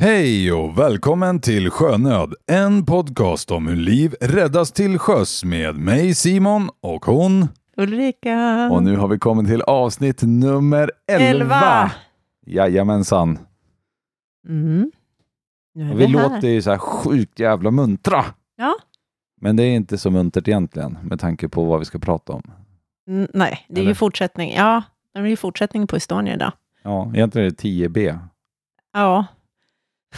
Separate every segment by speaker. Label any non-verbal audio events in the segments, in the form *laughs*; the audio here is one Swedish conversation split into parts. Speaker 1: Hej och välkommen till Sjönöd, en podcast om hur liv räddas till sjöss med mig Simon och hon.
Speaker 2: Ulrika.
Speaker 1: Och nu har vi kommit till avsnitt nummer 11.
Speaker 2: Elva.
Speaker 1: Jajamensan.
Speaker 2: Mm. Nu är vi,
Speaker 1: Vi
Speaker 2: här.
Speaker 1: låter ju så här sjukt jävla muntra.
Speaker 2: Ja.
Speaker 1: Men det är inte så muntert egentligen med tanke på vad vi ska prata om.
Speaker 2: Mm, nej, det är
Speaker 1: Eller?
Speaker 2: ju fortsättning. Ja, det är ju fortsättning på Estonia idag.
Speaker 1: Ja, egentligen är det 10B.
Speaker 2: Ja.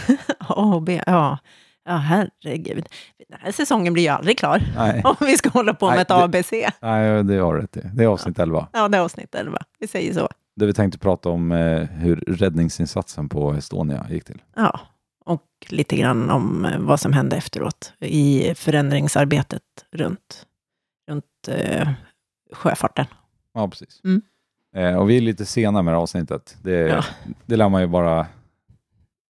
Speaker 2: *laughs* A och B. Ja. ja, herregud. Den här säsongen blir ju aldrig klar *laughs*
Speaker 1: Nej,
Speaker 2: om vi ska hålla på
Speaker 1: Nej,
Speaker 2: med ett
Speaker 1: det-
Speaker 2: ABC.
Speaker 1: nej det har du rätt i. Det är avsnitt 11.
Speaker 2: Ja, det är avsnitt 11. Vi säger så.
Speaker 1: Där vi tänkte prata om eh, hur räddningsinsatsen på Estonia gick till.
Speaker 2: Ja, och lite grann om eh, vad som hände efteråt i förändringsarbetet runt, runt eh, sjöfarten. *laughs*
Speaker 1: Ja, precis.
Speaker 2: Mm.
Speaker 1: Eh, och vi är lite sena med det här avsnittet. Det,
Speaker 2: Ja.
Speaker 1: det lär man ju bara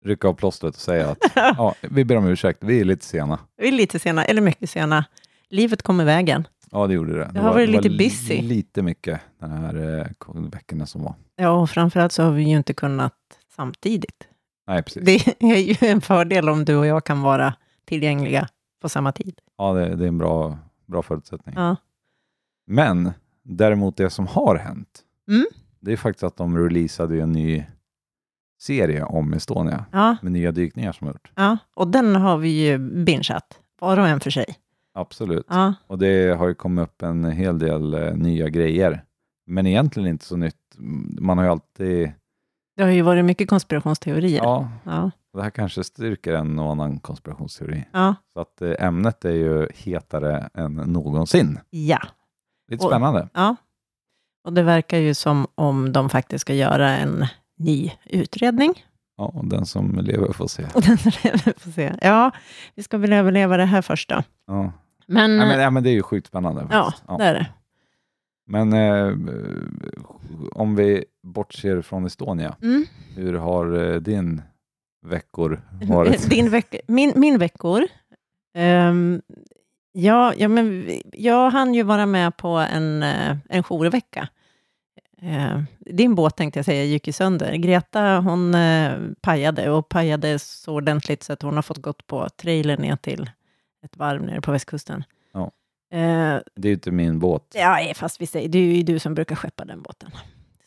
Speaker 1: rycka av plåstret och säga att
Speaker 2: *laughs*
Speaker 1: ja, vi ber om ursäkt, vi är lite sena.
Speaker 2: Vi är lite sena, eller mycket sena. Livet kom i vägen.
Speaker 1: Ja, det gjorde det.
Speaker 2: har varit lite busy.
Speaker 1: Lite mycket den här eh, ko- veckorna som var.
Speaker 2: Ja, och framförallt så har vi ju inte kunnat samtidigt.
Speaker 1: Nej, precis.
Speaker 2: Det är ju en fördel om du och jag kan vara tillgängliga på samma tid.
Speaker 1: Ja, det, det är en bra, bra förutsättning.
Speaker 2: Ja.
Speaker 1: Men däremot det som har hänt,
Speaker 2: Mm.
Speaker 1: det är faktiskt att de releasade ju en ny serie om Estonia
Speaker 2: Ja,
Speaker 1: med nya dykningar som har gjort.
Speaker 2: ja. Och den har vi ju bingeat, var och en för sig.
Speaker 1: Absolut.
Speaker 2: Ja,
Speaker 1: Och det har ju kommit upp en hel del eh, nya grejer. Men egentligen inte så nytt. Mm, Man har ju alltid...
Speaker 2: det har ju varit mycket konspirationsteorier. Ja.
Speaker 1: Ja,
Speaker 2: Ja,
Speaker 1: och det här kanske styrker en och annan konspirationsteori.
Speaker 2: ja.
Speaker 1: Så att eh, ämnet är ju hetare än någonsin. Lite
Speaker 2: Och-
Speaker 1: spännande.
Speaker 2: Och det verkar ju som om de faktiskt ska göra en ny utredning.
Speaker 1: Ja, och den som lever får se.
Speaker 2: *laughs* Och den får se. Ja, vi ska väl överleva det här först då.
Speaker 1: Ja. Nej, men, nej, men det är ju sjukt spännande.
Speaker 2: Mm. ja,
Speaker 1: faktiskt.
Speaker 2: det är det.
Speaker 1: Men eh, om vi bortser från Estonia,
Speaker 2: Mm.
Speaker 1: hur har eh, din
Speaker 2: *laughs*
Speaker 1: veckor varit?
Speaker 2: Din veck- min, min veckor? Ehm, ja, ja, men vi- jag hann ju vara med på en, eh, en jourvecka. Ehm, din båt tänkte jag säga gick ju sönder. Greta hon eh, pajade och pajade så ordentligt så att hon har fått gått på trailer ner till ett varv nere på västkusten.
Speaker 1: Ja.
Speaker 2: Ehm,
Speaker 1: Det är ju inte min båt.
Speaker 2: ja, eh, fast vi säger, det är ju du som brukar skeppa den båten.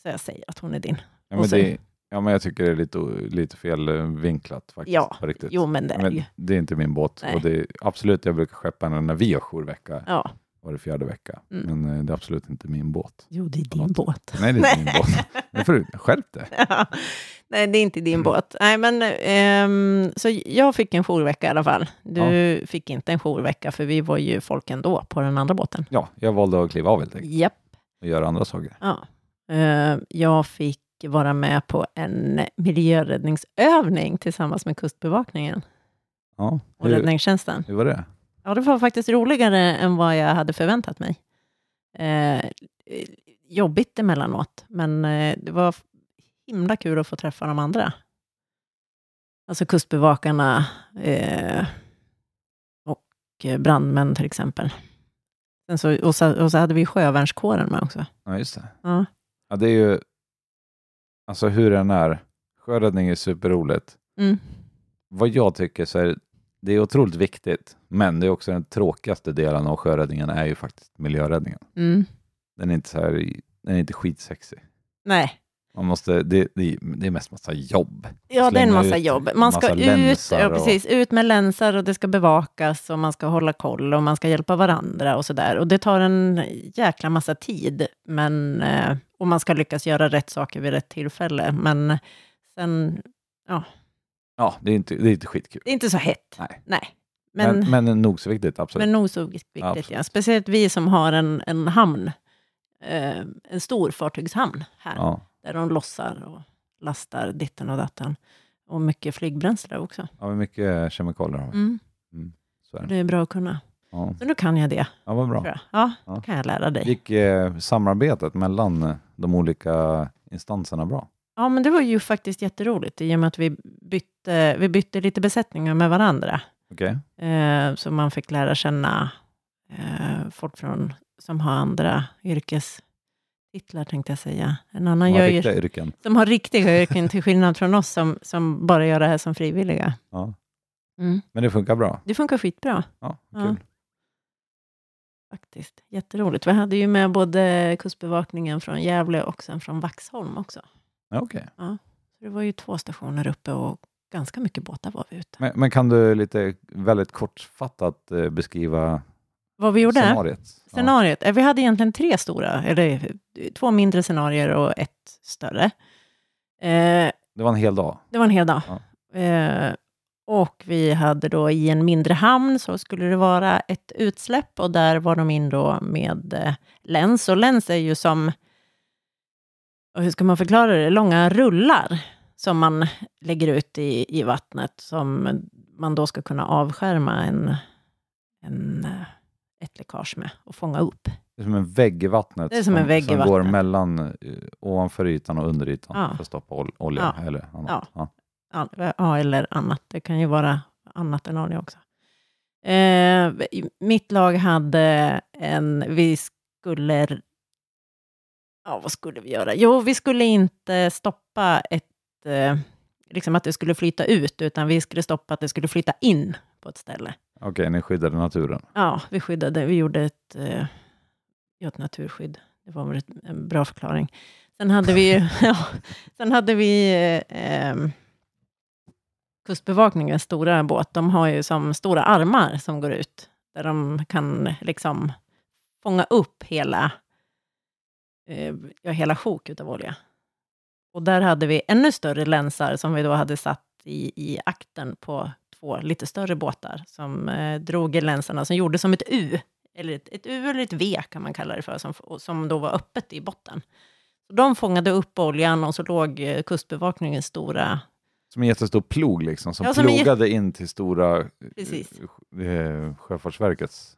Speaker 2: Så jag säger att hon är din.
Speaker 1: Ja,
Speaker 2: Och
Speaker 1: men,
Speaker 2: sen-
Speaker 1: det, ja, men jag tycker det är lite, lite fel eh, vinklat faktiskt.
Speaker 2: Ja,
Speaker 1: på riktigt.
Speaker 2: Jo, men det
Speaker 1: Ja,
Speaker 2: är
Speaker 1: men
Speaker 2: ju.
Speaker 1: det är inte min båt.
Speaker 2: Nej.
Speaker 1: Och det är, absolut, jag brukar skeppa den när vi har jourvecka,
Speaker 2: Ja.
Speaker 1: var det fjärde vecka.
Speaker 2: Mm.
Speaker 1: Men eh, det är absolut inte min båt.
Speaker 2: Jo, det är din
Speaker 1: Förlåt.
Speaker 2: båt.
Speaker 1: Nej, det är inte
Speaker 2: *laughs*
Speaker 1: min båt. Men förut, skärp det.
Speaker 2: Ja. Nej, det är inte din båt. Nej, men, ehm, så jag fick en jourvecka i alla fall. Du fick inte en jourvecka, för vi var ju folk ändå på den andra båten.
Speaker 1: Ja, jag valde att kliva av helt enkelt
Speaker 2: Japp.
Speaker 1: och göra andra saker.
Speaker 2: Ja. Ehm, jag fick vara med på en miljöräddningsövning tillsammans med Kustbevakningen
Speaker 1: Ja,
Speaker 2: och
Speaker 1: hur,
Speaker 2: räddningstjänsten.
Speaker 1: hur var det?
Speaker 2: Ja, det var faktiskt roligare än vad jag hade förväntat mig. Eh, jobbigt emellanåt, men eh, det var himla kul att få träffa de andra. Alltså kustbevakarna eh, och eh, brandmän till exempel. Sen så, och, så, och så hade vi sjövärnskåren med också.
Speaker 1: Ja, just det.
Speaker 2: Ja.
Speaker 1: Ja, det är ju... Alltså hur den är. Sjöräddning är superroligt.
Speaker 2: Mm.
Speaker 1: Vad jag tycker så är det är otroligt viktigt, men det är också den tråkigaste delen av sjöräddningen är ju faktiskt miljöräddningen.
Speaker 2: Mm.
Speaker 1: Den är inte, så här, den är inte skitsexig.
Speaker 2: Nej,
Speaker 1: Man måste, det, det, det är mest massa jobb.
Speaker 2: Ja, det är en
Speaker 1: Slänga
Speaker 2: massa
Speaker 1: ut
Speaker 2: jobb. Man ska
Speaker 1: massa
Speaker 2: ut,
Speaker 1: länsar
Speaker 2: ja,
Speaker 1: och-
Speaker 2: precis, ut med länsar och det ska bevakas och man ska hålla koll och man ska hjälpa varandra och sådär. Och det tar en jäkla massa tid, men, eh, och man ska lyckas göra rätt saker vid rätt tillfälle. Men sen,
Speaker 1: Ja, det är inte, det är inte skitkul.
Speaker 2: det är inte så hett.
Speaker 1: Nej.
Speaker 2: Men, men,
Speaker 1: men, men nog så viktigt, absolut.
Speaker 2: nog så viktigt.
Speaker 1: Absolut.
Speaker 2: Ja. Speciellt vi som har en, en hamn, eh, en stor fartygshamn här,
Speaker 1: ja,
Speaker 2: där de lossar och lastar ditten och datten. Och mycket flygbränsle också.
Speaker 1: ja, men mycket kemikalier har vi.
Speaker 2: Mm.
Speaker 1: Så är det.
Speaker 2: Det är bra att kunna.
Speaker 1: Ja,
Speaker 2: Så nu kan jag det.
Speaker 1: ja vad bra.
Speaker 2: tror jag. Ja,
Speaker 1: Ja.
Speaker 2: då kan jag lära dig.
Speaker 1: Gick eh, samarbetet mellan eh, de olika instanserna bra?
Speaker 2: Ja, men det var ju faktiskt jätteroligt i och med att vi bytte, vi bytte lite besättningar med varandra.
Speaker 1: Okej.
Speaker 2: Eh, så man fick lära känna eh, folk från, som har andra yrkes titlar tänkte jag säga. En annan
Speaker 1: Man
Speaker 2: gör
Speaker 1: har
Speaker 2: ju,
Speaker 1: riktiga yrken.
Speaker 2: som har riktiga yrken, till skillnad från oss som, som bara gör det här som frivilliga.
Speaker 1: Ja.
Speaker 2: Mm.
Speaker 1: Men det funkar bra.
Speaker 2: Det funkar skitbra
Speaker 1: Ja,
Speaker 2: Ja.
Speaker 1: kul.
Speaker 2: faktiskt. Jätteroligt. Vi hade ju med både Kustbevakningen från Gävle och sen från Vaxholm också.
Speaker 1: Ja. okej.
Speaker 2: Så det var ju två stationer uppe och ganska mycket båtar var vi ute.
Speaker 1: Men, men kan du lite väldigt kortfattat eh, beskriva
Speaker 2: Vad vi gjorde?
Speaker 1: scenariet? Ja.
Speaker 2: Scenariet? Eh, Vi hade egentligen tre stora, eller eh, två mindre scenarier och ett större. Eh,
Speaker 1: Det var en hel dag.
Speaker 2: Det var en hel dag. Eh, och vi hade då i en mindre hamn så skulle det vara ett utsläpp och där var de in då med eh, läns. Och läns är ju som, och hur ska man förklara det, långa rullar som man lägger ut i, i vattnet som man då ska kunna avskärma en, en, eh, ett läckage med och fånga upp.
Speaker 1: Det är som en vägg i vattnet
Speaker 2: Det är som en vägg i
Speaker 1: som går
Speaker 2: vattnet.
Speaker 1: mellan eh, ovanför ytan och under ytan
Speaker 2: Ja.
Speaker 1: för att stoppa ol- olja eller annat.
Speaker 2: Ja.
Speaker 1: Ja.
Speaker 2: Ja, ja, eller annat. Det kan ju vara annat än olja också. Eh, i- mitt lag hade en... Vi skulle... Ja, vad skulle vi göra? Jo, vi skulle inte stoppa ett... Eh, liksom att det skulle flyta ut, utan vi skulle stoppa att det skulle flyta in på ett ställe.
Speaker 1: Okej, ni skyddade naturen.
Speaker 2: Ja, vi skyddade, vi gjorde ett, eh, ja, ett naturskydd. Det var väl ett, en bra förklaring. Sen hade vi, *laughs* ja, sen hade vi eh, ehm, Kustbevakningens stora båt. De har ju som stora armar som går ut, där de kan liksom fånga upp hela, eh, ja, hela sjok utav olja. Och där hade vi ännu större länsar som vi då hade satt i, i akten på två lite större båtar som eh, drog i länsarna, som gjorde som ett U, eller ett, ett U eller ett V kan man kalla det för, som, och som då var öppet i botten. Så de fångade upp oljan och så låg eh, Kustbevakningens stora...
Speaker 1: Som en jättestor plog liksom, som
Speaker 2: Ja, som en jä-
Speaker 1: plogade in till stora eh,
Speaker 2: Precis.
Speaker 1: eh, Sjöfartsverkets,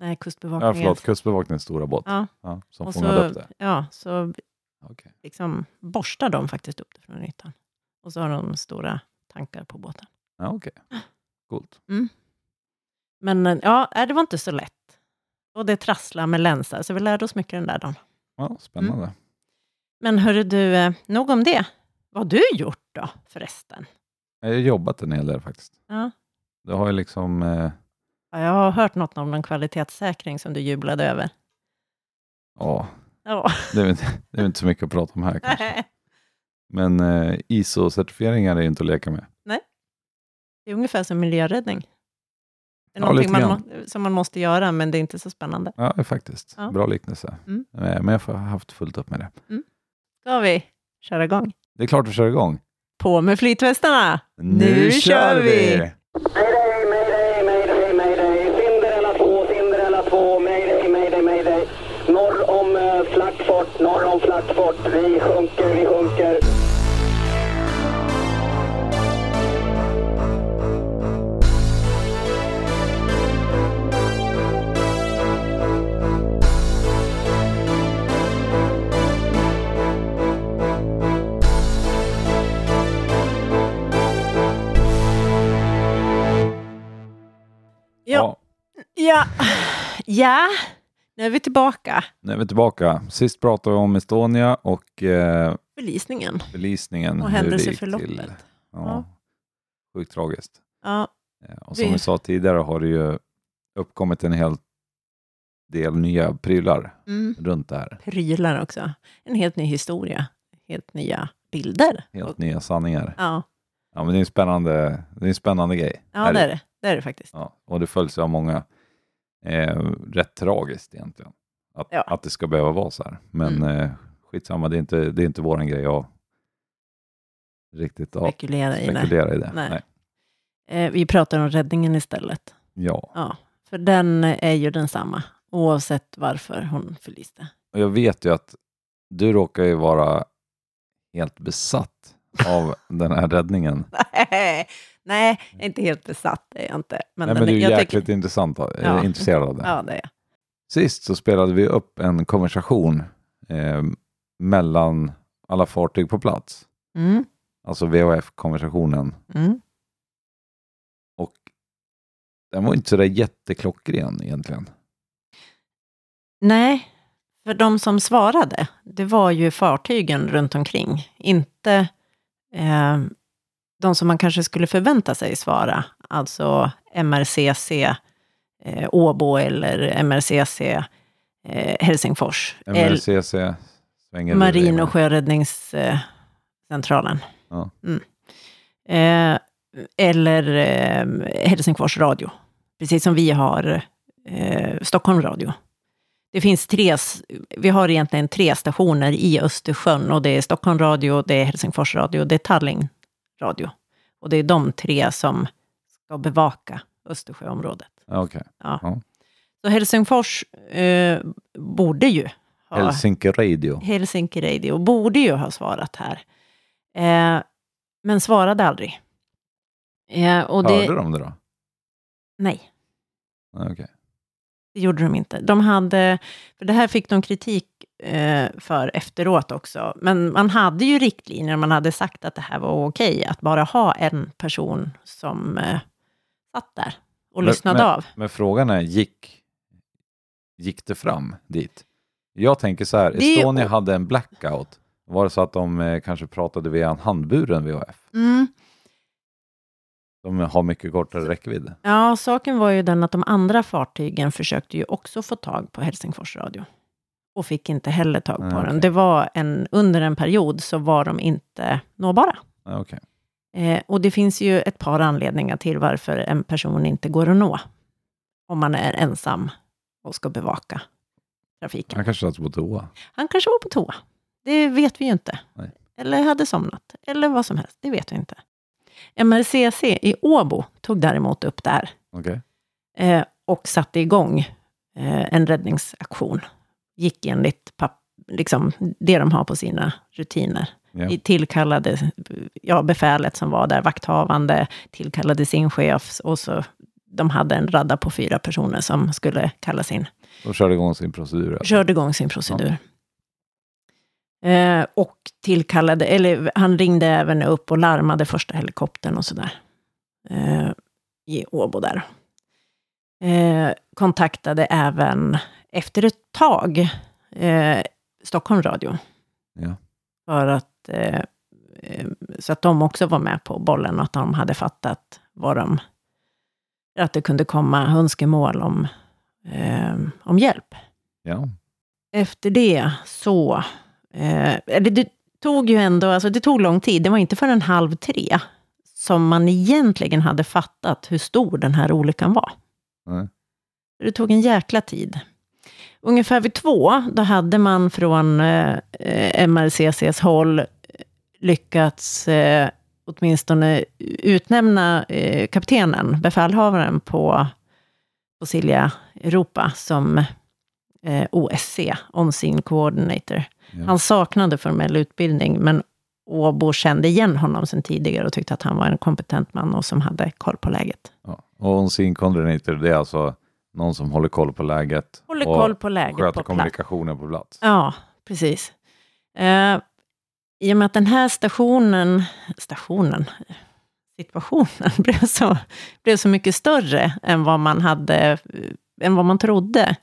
Speaker 2: Nej,
Speaker 1: ja,
Speaker 2: Kustbevakningens...
Speaker 1: förlåt, Kustbevakningens stora båt
Speaker 2: Ja,
Speaker 1: ja, som
Speaker 2: och
Speaker 1: fångade
Speaker 2: så-
Speaker 1: upp det.
Speaker 2: ja, så
Speaker 1: Okej.
Speaker 2: liksom borstar de faktiskt upp det från ytan. Och så har de stora tankar på båten.
Speaker 1: Ja, okej. Coolt.
Speaker 2: Men eh, ja, nej, det var inte så lätt. Och det trasslade med länsar, så vi lärde oss mycket den där dagen.
Speaker 1: Ja, spännande.
Speaker 2: Mm. Men hörru du, eh, nog om det. Vad har du gjort då, förresten?
Speaker 1: Jag har jobbat en hel del faktiskt.
Speaker 2: Ja.
Speaker 1: Det har ju liksom... Eh,
Speaker 2: Ja, Jag har hört något om någon kvalitetssäkring som du jublade över.
Speaker 1: ja,
Speaker 2: Ja,
Speaker 1: det är, väl inte, det är väl inte så mycket att prata om här kanske. Men eh, ISO-certifieringar är ju inte att leka med.
Speaker 2: *laughs* det är ungefär som miljöräddning. Det
Speaker 1: Ja,
Speaker 2: är någonting
Speaker 1: lite
Speaker 2: man, må- som man måste göra, men det är inte så spännande.
Speaker 1: Ja, faktiskt.
Speaker 2: Ja.
Speaker 1: Bra liknelse.
Speaker 2: Mm.
Speaker 1: Eh, men jag har haft fullt upp med det.
Speaker 2: Ska vi köra igång?
Speaker 1: Det är klart vi kör igång.
Speaker 2: På med flytvästarna! Nu kör vi!
Speaker 3: Mayday, mayday, mayday, mayday. Cinderella 2, Cinderella 2. Mayday, mayday, mayday. Norr om eh, Flackfort, norr om Flackfort. Vi sjunker, vi sjunker.
Speaker 2: Ja, ja, ja. nu är vi tillbaka.
Speaker 1: nu är vi tillbaka. Sist pratade vi om Estonia och eh,
Speaker 2: Belisningen
Speaker 1: förlisningen.
Speaker 2: och
Speaker 1: hur det gick
Speaker 2: händelseförloppet.
Speaker 1: till. Ja.
Speaker 2: Ja.
Speaker 1: Sjukt tragiskt.
Speaker 2: Ja,
Speaker 1: Eh, Och som
Speaker 2: Det-
Speaker 1: vi sa tidigare har det ju uppkommit en hel del nya prylar
Speaker 2: mm.
Speaker 1: runt det här.
Speaker 2: Prylar också. En helt ny historia. Helt nya bilder.
Speaker 1: Helt
Speaker 2: Och-
Speaker 1: nya sanningar.
Speaker 2: Ja,
Speaker 1: Ja, men det är en spännande, det är en spännande grej.
Speaker 2: ja det är det. Det är det faktiskt.
Speaker 1: Ja, och det följs ju av många. Eh, rätt tragiskt egentligen. Att,
Speaker 2: Ja. Mm.
Speaker 1: att det ska behöva vara så här. Men eh, skitsamma, det är inte, det är inte våran grej att riktigt ja,
Speaker 2: Spekulera i det.
Speaker 1: spekulera i det.
Speaker 2: Nej. Eh, Vi pratar om räddningen istället.
Speaker 1: Ja,
Speaker 2: Ja, för den är ju densamma, oavsett varför hon förliste.
Speaker 1: och jag vet ju att du råkar ju vara helt besatt av den här
Speaker 2: *laughs*
Speaker 1: räddningen.
Speaker 2: *laughs* Nej, jag är inte helt besatt, det är jag inte. Men,
Speaker 1: Nej,
Speaker 2: den-
Speaker 1: men du är
Speaker 2: jag
Speaker 1: jäkligt intressant, av- eh,
Speaker 2: Ja.
Speaker 1: intresserad av det.
Speaker 2: Ja, det är jag.
Speaker 1: Sist så spelade vi upp en konversation eh, mellan alla fartyg på plats,
Speaker 2: Mm,
Speaker 1: alltså VHF-konversationen.
Speaker 2: mm.
Speaker 1: Och den var inte så där jätteklockren egentligen.
Speaker 2: Nej, För de som svarade, det var ju fartygen runt omkring. Inte eh, de som man kanske skulle förvänta sig svara. Alltså MRCC eh, Åbo eller MRCC eh, Helsingfors. eller
Speaker 1: MRCC svänger ur
Speaker 2: Marin
Speaker 1: det.
Speaker 2: och sjöräddningscentralen.
Speaker 1: Ja.
Speaker 2: Mm. Eh, eller eh, Helsingfors radio, precis som vi har eh, Stockholm radio. Det finns tre, s- vi har egentligen tre stationer i Östersjön och det är Stockholm radio, det är Helsingfors radio, det är Tallinn radio. Och det är de tre som ska bevaka Östersjöområdet.
Speaker 1: Ja, Ah, Okej.
Speaker 2: Så Helsingfors eh, borde ju ha...
Speaker 1: Helsinki Radio.
Speaker 2: Helsinki Radio borde ju ha svarat här. Eh, men svarade aldrig. Eh, och det,
Speaker 1: Hörde de det då?
Speaker 2: Nej,
Speaker 1: Ja, Okej.
Speaker 2: det gjorde de inte. De hade, för det här fick de kritik eh, för efteråt också. Men man hade ju riktlinjer, man hade sagt att det här var okej, att bara ha en person som eh, satt där och
Speaker 1: Men-
Speaker 2: lyssnade
Speaker 1: men-
Speaker 2: av.
Speaker 1: Men frågan är, gick, gick det fram dit? Jag tänker så här,
Speaker 2: Det är ju-
Speaker 1: Estonia hade en blackout. Var det så att de eh, kanske pratade via en handburen VHF?
Speaker 2: Mm.
Speaker 1: De har mycket kortare räckvidd.
Speaker 2: Ja, saken var ju den att de andra fartygen försökte ju också få tag på Helsingfors radio. Och fick inte heller tag på
Speaker 1: Ah, okej.
Speaker 2: den. Det var en, under en period så var de inte nåbara.
Speaker 1: Ja, Ah, Okej.
Speaker 2: Eh, och det finns ju ett par anledningar till varför en person inte går att nå. Om man är ensam och ska bevaka trafiken.
Speaker 1: Han kanske satt på toa.
Speaker 2: Han kanske var på toa. Det vet vi ju inte.
Speaker 1: Nej.
Speaker 2: Eller hade somnat. Eller vad som helst. Det vet vi inte. MRCC i Åbo tog däremot upp det här
Speaker 1: Okej.
Speaker 2: eh, och satte igång eh, en räddningsaktion. Gick enligt pap- liksom, det de har på sina rutiner.
Speaker 1: Ja.
Speaker 2: I- Tillkallade ja, befälet som var där, vakthavande, tillkallade sin chef och så de hade en radda på fyra personer som skulle kallas in.
Speaker 1: De körde igång sin procedur. alltså.
Speaker 2: Körde igång sin procedur. Eh, och tillkallade, eller han ringde även upp och larmade första helikoptern och sådär. Eh, I Åbo där. Eh, kontaktade även, efter ett tag, eh, Stockholm Radio.
Speaker 1: Ja.
Speaker 2: För att, eh, eh, så att de också var med på bollen och att de hade fattat vad de, att det kunde komma önskemål om, eh, om hjälp
Speaker 1: Ja.
Speaker 2: efter det så... Eh, eller det tog ju ändå, alltså det tog lång tid. Det var inte förrän halv tre som man egentligen hade fattat hur stor den här olyckan var.
Speaker 1: Nej.
Speaker 2: Det tog en jäkla tid. Ungefär vid två, då hade man från eh, eh, MRCCs håll eh, lyckats eh, åtminstone utnämna eh, kaptenen, befälhavaren på, på Silja Europa som eh, OSC, On-Scene Coordinator.
Speaker 1: Ja.
Speaker 2: Han saknade formell utbildning, men Åbo kände igen honom sedan tidigare och tyckte att han var en kompetent man och som hade koll på läget.
Speaker 1: Ja. Och en sin coordinator, det är alltså någon som håller koll på läget
Speaker 2: Håller
Speaker 1: och
Speaker 2: koll på läget
Speaker 1: sköter
Speaker 2: på plats.
Speaker 1: kommunikationen på plats.
Speaker 2: Ja, precis. Eh, I och med att den här stationen, stationen, situationen *laughs* blev så, blev så mycket större än vad man hade, eh, än vad man trodde,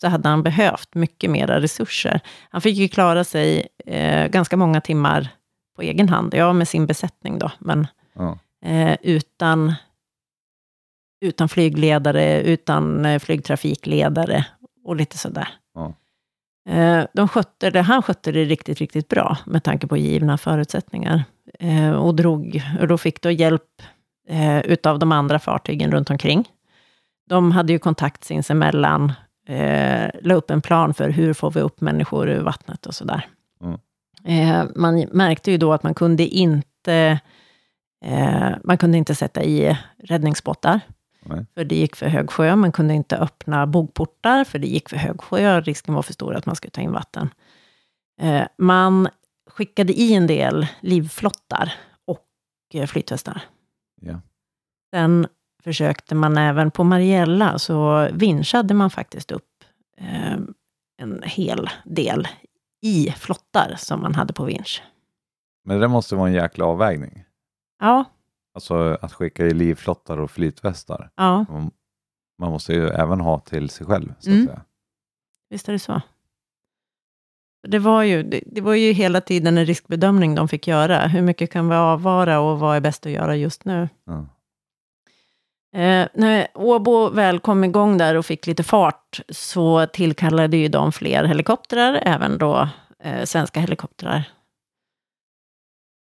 Speaker 2: så hade han behövt mycket mera resurser. Han fick ju klara sig eh, ganska många timmar på egen hand, ja med sin besättning då, men
Speaker 1: Ja.
Speaker 2: eh, utan, utan flygledare, utan eh, flygtrafikledare och lite sådär.
Speaker 1: Ja.
Speaker 2: Eh, de skötte det, han skötte det riktigt, riktigt bra med tanke på givna förutsättningar. Eh, och, drog, och då fick då hjälp eh, utav de andra fartygen runt omkring. De hade ju kontakt sinsemellan, eh, la upp en plan för hur får vi upp människor ur vattnet och sådär.
Speaker 1: Mm.
Speaker 2: Eh, man märkte ju då att man kunde inte Eh, man kunde inte sätta i räddningsbåtar,
Speaker 1: Nej.
Speaker 2: för det gick för hög sjö. Man kunde inte öppna bogportar, för det gick för hög sjö. Risken var för stor att man skulle ta in vatten. Eh, man skickade i en del livflottar och eh, flytvästar.
Speaker 1: Ja.
Speaker 2: Sen försökte man även på Mariella, så vinschade man faktiskt upp eh, en hel del i flottar som man hade på vinsch.
Speaker 1: Men det måste vara en jäkla avvägning.
Speaker 2: Ja,
Speaker 1: Alltså att skicka i livflottar och flytvästar.
Speaker 2: ja,
Speaker 1: Man- Man måste ju även ha till sig själv. Så att
Speaker 2: Mm.
Speaker 1: säga.
Speaker 2: visst är det så. Det var, ju, det, det var ju hela tiden en riskbedömning de fick göra. Hur mycket kan vi avvara och vad är bäst att göra just nu?
Speaker 1: Ja.
Speaker 2: Eh, när Åbo väl kom igång där och fick lite fart, så tillkallade ju de fler helikoptrar, även då eh, svenska helikoptrar.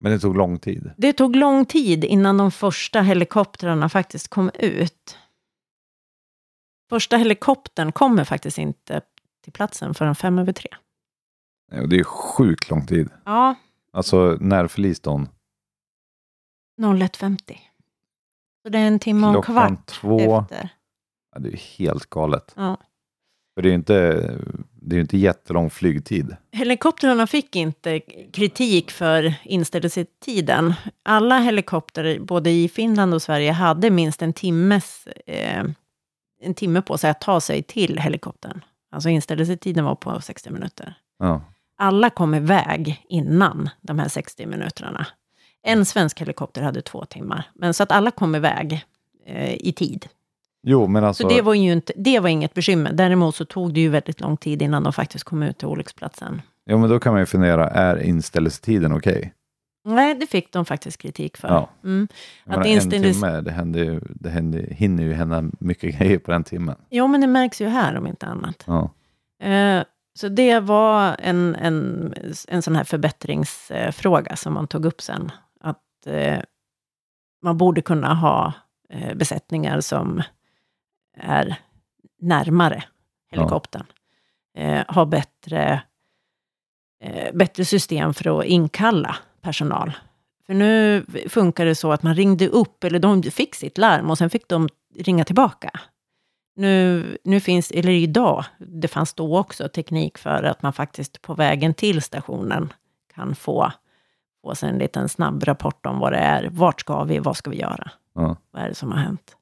Speaker 1: Men det tog lång tid.
Speaker 2: Det tog lång tid innan de första helikoptrarna faktiskt kom ut. Första helikoptern kommer faktiskt inte till platsen förrän fem över tre.
Speaker 1: Nej, och Det är sjukt lång tid.
Speaker 2: Ja,
Speaker 1: Alltså när förliste hon?
Speaker 2: 01.50. Så det är en timme och en
Speaker 1: Klockan
Speaker 2: kvart
Speaker 1: två.
Speaker 2: efter.
Speaker 1: Ja, det är helt galet.
Speaker 2: Ja.
Speaker 1: För det är ju inte, det är ju inte jättelång flygtid.
Speaker 2: Helikoptrarna fick inte kritik för inställelsetiden. Alla helikoptrar, både i Finland och Sverige, hade minst en, timmes, eh, en timme på sig att ta sig till helikoptern. Alltså inställelsetiden var på 60 minuter.
Speaker 1: Ja.
Speaker 2: Alla kom iväg innan de här 60 minuterna. En svensk helikopter hade två timmar, men så att alla kom iväg eh, i tid.
Speaker 1: Jo, men alltså.
Speaker 2: Så det var ju inte, det var inget bekymmer. Däremot så tog det ju väldigt lång tid innan de faktiskt kom ut till olycksplatsen.
Speaker 1: Jo, men då kan man ju fundera, är inställelsetiden okej?
Speaker 2: Nej, det fick de faktiskt kritik för.
Speaker 1: Ja.
Speaker 2: Mm.
Speaker 1: Jag
Speaker 2: Att
Speaker 1: menar, En
Speaker 2: inställelse-
Speaker 1: timme, det, händer ju, det händer, hinner ju hända mycket *laughs* grejer på den timmen.
Speaker 2: Jo, men det märks ju här om inte annat.
Speaker 1: Ja.
Speaker 2: Eh, så det var en, en, en sån här förbättringsfråga som man tog upp sen. Att eh, man borde kunna ha eh, besättningar som är närmare helikoptern. Eh, ha bättre, eh, bättre system för att inkalla personal. För nu funkar det så att man ringde upp, eller de fick sitt larm och sen fick de ringa tillbaka. Nu, nu finns, eller idag, det fanns då också teknik för att man faktiskt på vägen till stationen kan få, få sig en liten snabb rapport om vad det är. Vart ska vi? Vad ska vi göra?
Speaker 1: Ja.
Speaker 2: Vad är det som har hänt?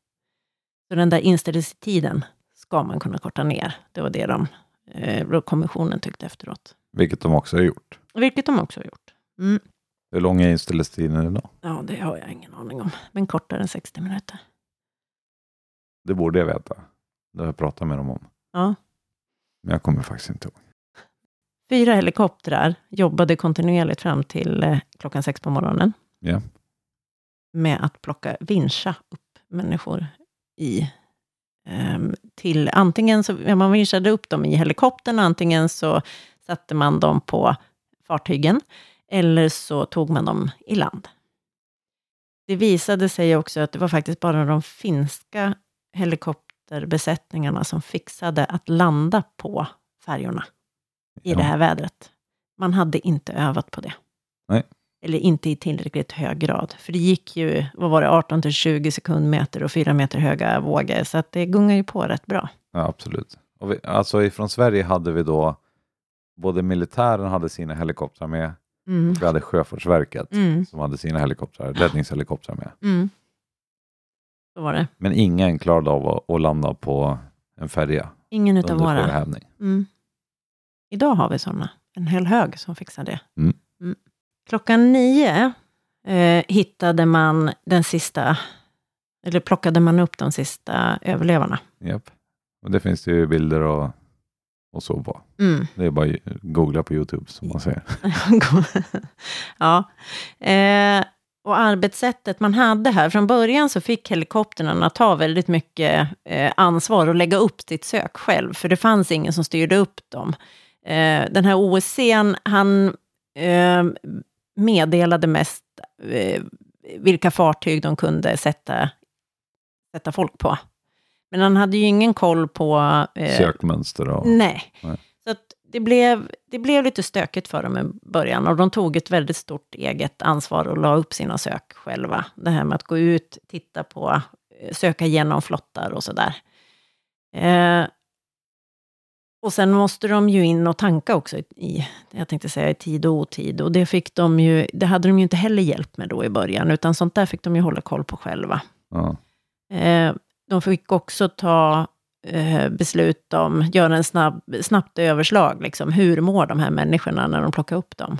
Speaker 2: Så den där inställelsetiden ska man kunna korta ner. Det var det de, eh, kommissionen tyckte efteråt.
Speaker 1: Vilket de också har gjort.
Speaker 2: Vilket de också har gjort. Mm.
Speaker 1: Hur lång är inställelsetiden idag?
Speaker 2: Ja, det har jag ingen aning om. Men kortare än 60 minuter.
Speaker 1: Det borde jag veta. Det har jag pratat med dem om.
Speaker 2: Ja.
Speaker 1: Men jag kommer faktiskt inte ihåg.
Speaker 2: Fyra helikoptrar jobbade kontinuerligt fram till eh, klockan sex på morgonen.
Speaker 1: Ja.
Speaker 2: Med att plocka, vinscha upp människor i... ehm, till antingen så, ja, man vinschade upp dem i helikoptern, och antingen så satte man dem på fartygen, eller så tog man dem i land. Det visade sig också att det var faktiskt bara de finska helikopterbesättningarna som fixade att landa på färjorna i
Speaker 1: Ja.
Speaker 2: det här vädret. Man hade inte övat på det.
Speaker 1: Nej.
Speaker 2: Eller inte i tillräckligt hög grad. För det gick ju, vad var det, 18 till 20 sekundmeter och 4 meter höga vågor. Så att det gungar ju på rätt bra.
Speaker 1: Ja, absolut. Och vi, alltså ifrån Sverige hade vi då, både militären hade sina helikoptrar med,
Speaker 2: Mm.
Speaker 1: vi hade Sjöfartsverket
Speaker 2: Mm.
Speaker 1: som hade sina helikoptrar, räddningshelikoptrar med.
Speaker 2: Mm. Så var det.
Speaker 1: Men ingen klarade av att, att landa på en färja
Speaker 2: Ingen utav
Speaker 1: under
Speaker 2: våra.
Speaker 1: sjöhävning.
Speaker 2: Mm. Idag har vi sådana. En hel hög som fixar det.
Speaker 1: Mm.
Speaker 2: Klockan nio eh, hittade man den sista, eller plockade man upp de sista överlevarna.
Speaker 1: Japp. Och det finns det ju bilder och, och så på.
Speaker 2: Mm.
Speaker 1: Det är bara att googla på YouTube som man säger.
Speaker 2: *laughs* ja. Eh, och arbetssättet man hade här, från början så fick helikoptrarna ta väldigt mycket eh, ansvar och lägga upp sitt sök själv, för det fanns ingen som styrde upp dem. Eh, den här OSC'n, han eh, meddelade mest eh, vilka fartyg de kunde sätta, sätta folk på. Men han hade ju ingen koll på... eh,
Speaker 1: Sökmönster och...
Speaker 2: Nej.
Speaker 1: Nej.
Speaker 2: Så att det, blev, det blev lite stökigt för dem i början och de tog ett väldigt stort eget ansvar och la upp sina sök själva. Det här med att gå ut, titta på, eh, söka igenom flottar och sådär. Eh, och sen måste de ju in och tanka också i- i, jag tänkte säga i tid och otid. Och det fick de ju, det hade de ju inte heller hjälp med då i början, utan sånt där fick de ju hålla koll på själva.
Speaker 1: Ja.
Speaker 2: Eh, de fick också ta eh, beslut om, göra en snabb, snabbt överslag, liksom, hur mår de här människorna när de plockar upp dem?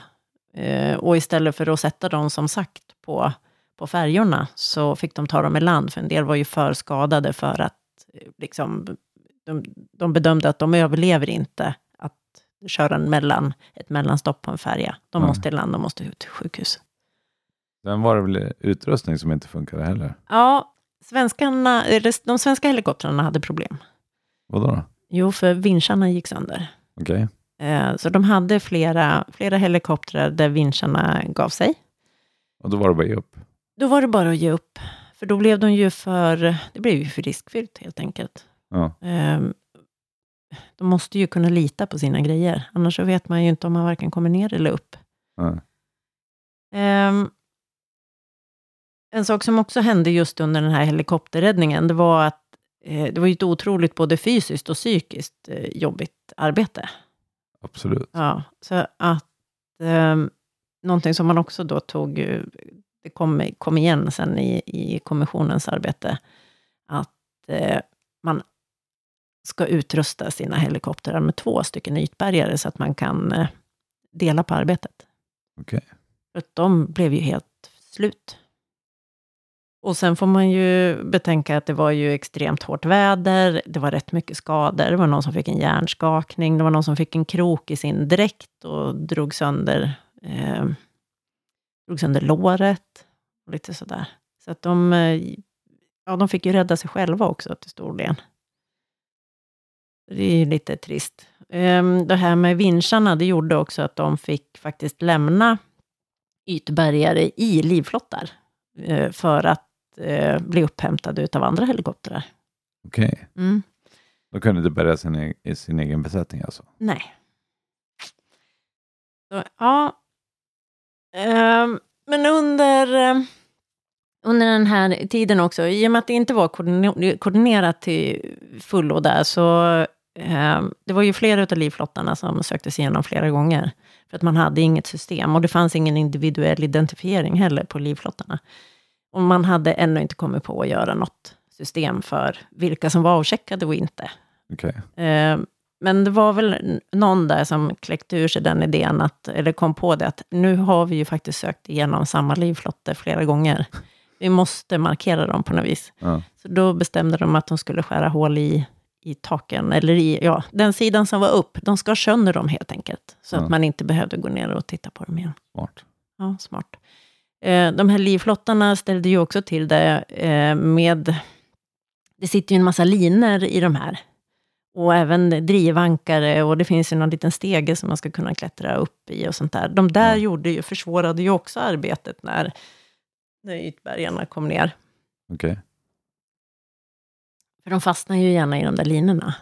Speaker 2: Eh, och istället för att sätta dem, som sagt, på, på färjorna, så fick de ta dem i land, för en del var ju för skadade för att eh, liksom, de, de bedömde att de överlever inte att köra en mellan, ett mellanstopp på en färja. De
Speaker 1: Ja.
Speaker 2: måste landa och måste ut till sjukhus.
Speaker 1: Sen var det väl utrustning som inte funkade heller.
Speaker 2: Ja, svenskarna, eller de svenska helikoptrarna hade problem.
Speaker 1: Vadå då?
Speaker 2: Jo, för vinscharna gick sönder.
Speaker 1: Okej.
Speaker 2: Eh, Så de hade flera, flera helikoptrar där vinscharna gav sig.
Speaker 1: Och då var det bara ge upp.
Speaker 2: Då var det bara att ge upp, för då blev de ju för, det blev ju för riskfyllt helt enkelt.
Speaker 1: Ja.
Speaker 2: Ehm, De måste ju kunna lita på sina grejer, annars så vet man ju inte om man varken kommer ner eller upp.
Speaker 1: Ja.
Speaker 2: Ehm, en sak som också hände just under den här helikopterräddningen, det var att eh, det var ju ett otroligt både fysiskt och psykiskt eh, jobbigt arbete.
Speaker 1: Absolut.
Speaker 2: Ja, så att ehm, någonting som man också då tog, eh, det kom, kom igen sen i, i kommissionens arbete, att eh, man ska utrusta sina helikoptrar med två stycken ytbärgare så att man kan eh, dela på arbetet.
Speaker 1: Okej.
Speaker 2: För att de blev ju helt slut. Och sen får man ju betänka att det var ju extremt hårt väder, det var rätt mycket skador, det var någon som fick en hjärnskakning, det var någon som fick en krok i sin dräkt och drog sönder, eh, drog sönder låret och lite sådär. Så att de, eh, ja, de fick ju rädda sig själva också till stor del. Det är ju lite trist. Ehm, Det här med vinscharna, det gjorde också att de fick faktiskt lämna ytbärgare i livflottar eh, för att eh, bli upphämtade av andra helikoptrar.
Speaker 1: Okej. Då kunde du bärga sin, e- i sin egen besättning alltså.
Speaker 2: Nej. Så, ja. Ehm, men under, eh, under den här tiden också, i och med att det inte var koordine- koordinerat till fullo där, så ehm, det var ju flera av livflottarna som söktes igenom flera gånger, för att man hade inget system och det fanns ingen individuell identifiering heller på livflottarna. Och man hade ännu inte kommit på att göra något system för vilka som var avcheckade och inte.
Speaker 1: Okej.
Speaker 2: Eh, Men det var väl n- någon där som kläckte ur sig den idén, att, eller kom på det, att nu har vi ju faktiskt sökt igenom samma livflotte flera gånger. Vi måste markera dem på något vis.
Speaker 1: Ja.
Speaker 2: Så då bestämde de att de skulle skära hål i, i taken, eller i ja, den sidan som var upp. De skar sönder dem helt enkelt, så
Speaker 1: Ja.
Speaker 2: att man inte behövde gå ner och titta på dem igen.
Speaker 1: Smart.
Speaker 2: Ja, smart. Eh, De här livflottarna ställde ju också till det eh, med... Det sitter ju en massa liner i de här. Och även drivankare och det finns ju någon liten stege som man ska kunna klättra upp i och sånt där. De där
Speaker 1: Ja.
Speaker 2: gjorde ju, försvårade ju också arbetet när, när ytbergarna kom ner.
Speaker 1: Okej.
Speaker 2: För de fastnar ju gärna i de där linorna.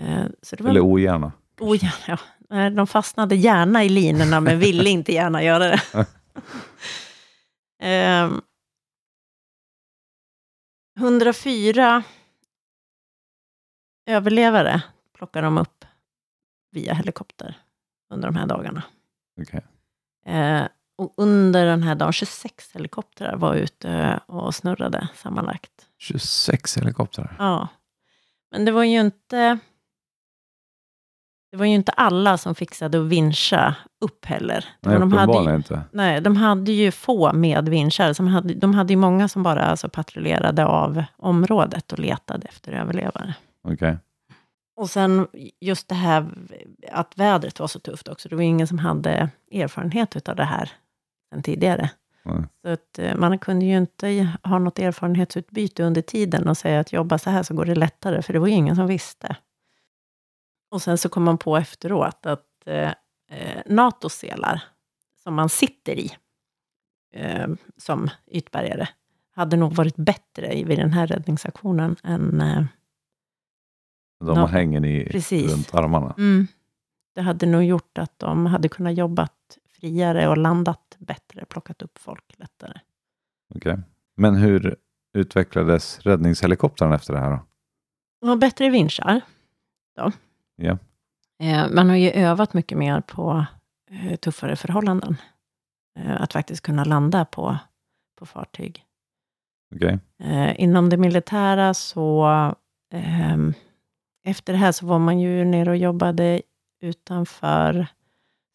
Speaker 2: Eh, Så det var
Speaker 1: Eller ogärna.
Speaker 2: Oh, ja, ja. Nej, De fastnade gärna i linorna, men ville inte gärna göra det. Ehm, 104 överlevare plockar de upp via helikopter under de här dagarna.
Speaker 1: Okej.
Speaker 2: Eh, och under den här dagen, 26 helikoptrar var ute och snurrade sammanlagt.
Speaker 1: 26 helikoptrar.
Speaker 2: Ja. Men det var ju inte... Det var ju inte alla som fixade att vinscha upp heller.
Speaker 1: Nej,
Speaker 2: Men de, hade,
Speaker 1: uppenbarligen
Speaker 2: ju-
Speaker 1: inte.
Speaker 2: nej, de hade ju få med vinschar. Som hade, de hade ju många som bara alltså, patrullerade av området och letade efter överlevare.
Speaker 1: Okej.
Speaker 2: Och sen just det här att vädret var så tufft också. Det var ju ingen som hade erfarenhet av det här sen tidigare.
Speaker 1: Nej.
Speaker 2: Så att eh, man kunde ju inte ha något erfarenhetsutbyte under tiden och säga att jobba så här så går det lättare, för det var ju ingen som visste. Och sen så kom man på efteråt att eh, eh, NATOs selar, som man sitter i eh, som ytbärgare, hade nog varit bättre i- vid den här räddningsaktionen än eh,
Speaker 1: De
Speaker 2: Ja.
Speaker 1: hänger i
Speaker 2: Precis.
Speaker 1: runt armarna.
Speaker 2: Mm. Det hade nog gjort att de hade kunnat jobbat friare och landat bättre, plockat upp folk lättare.
Speaker 1: Okej. Men hur utvecklades räddningshelikoptern efter det här då?
Speaker 2: De har bättre vinschar. Då.
Speaker 1: Ja.
Speaker 2: Eh, Man har ju övat mycket mer på eh, tuffare förhållanden. Eh, Att faktiskt kunna landa på, på fartyg.
Speaker 1: Okej.
Speaker 2: Eh, inom det militära så, ehm, efter det här så var man ju nere och jobbade utanför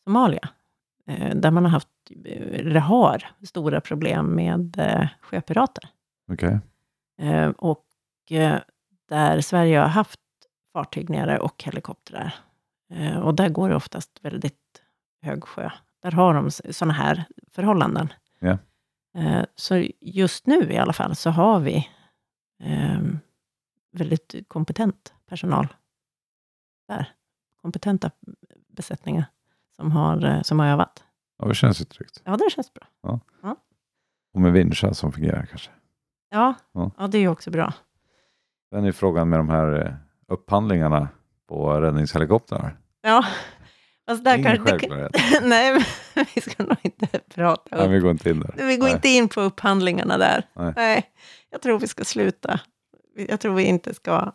Speaker 2: Somalia, eh, där man har haft, eh, eller har, stora problem med eh, sjöpirater.
Speaker 1: Okej.
Speaker 2: Eh, och eh, där Sverige har haft fartyg nere och helikoptrar. Eh, Och där går det oftast väldigt hög sjö. Där har de sådana här förhållanden.
Speaker 1: Ja.
Speaker 2: Eh, Så just nu i alla fall så har vi eh, väldigt kompetent personal där. Kompetenta besättningar som har, eh, som har övat.
Speaker 1: Ja, det känns ju tryggt.
Speaker 2: Ja, det känns bra.
Speaker 1: Och med vinschar som fungerar kanske.
Speaker 2: Ja,
Speaker 1: Ja.
Speaker 2: ja. det är ju också bra.
Speaker 1: Sen är frågan med de här eh, upphandlingarna på räddningshelikoptrar.
Speaker 2: Ja, fast
Speaker 1: Det
Speaker 2: där
Speaker 1: är ingen
Speaker 2: kanske...
Speaker 1: självklarhet.
Speaker 2: *laughs* Nej, men vi ska nog inte prata
Speaker 1: Nej,
Speaker 2: om
Speaker 1: vi går inte
Speaker 2: *laughs*
Speaker 1: in där.
Speaker 2: Vi går
Speaker 1: Nej.
Speaker 2: inte in på upphandlingarna där.
Speaker 1: Nej.
Speaker 2: jag tror vi ska sluta. Jag tror vi inte ska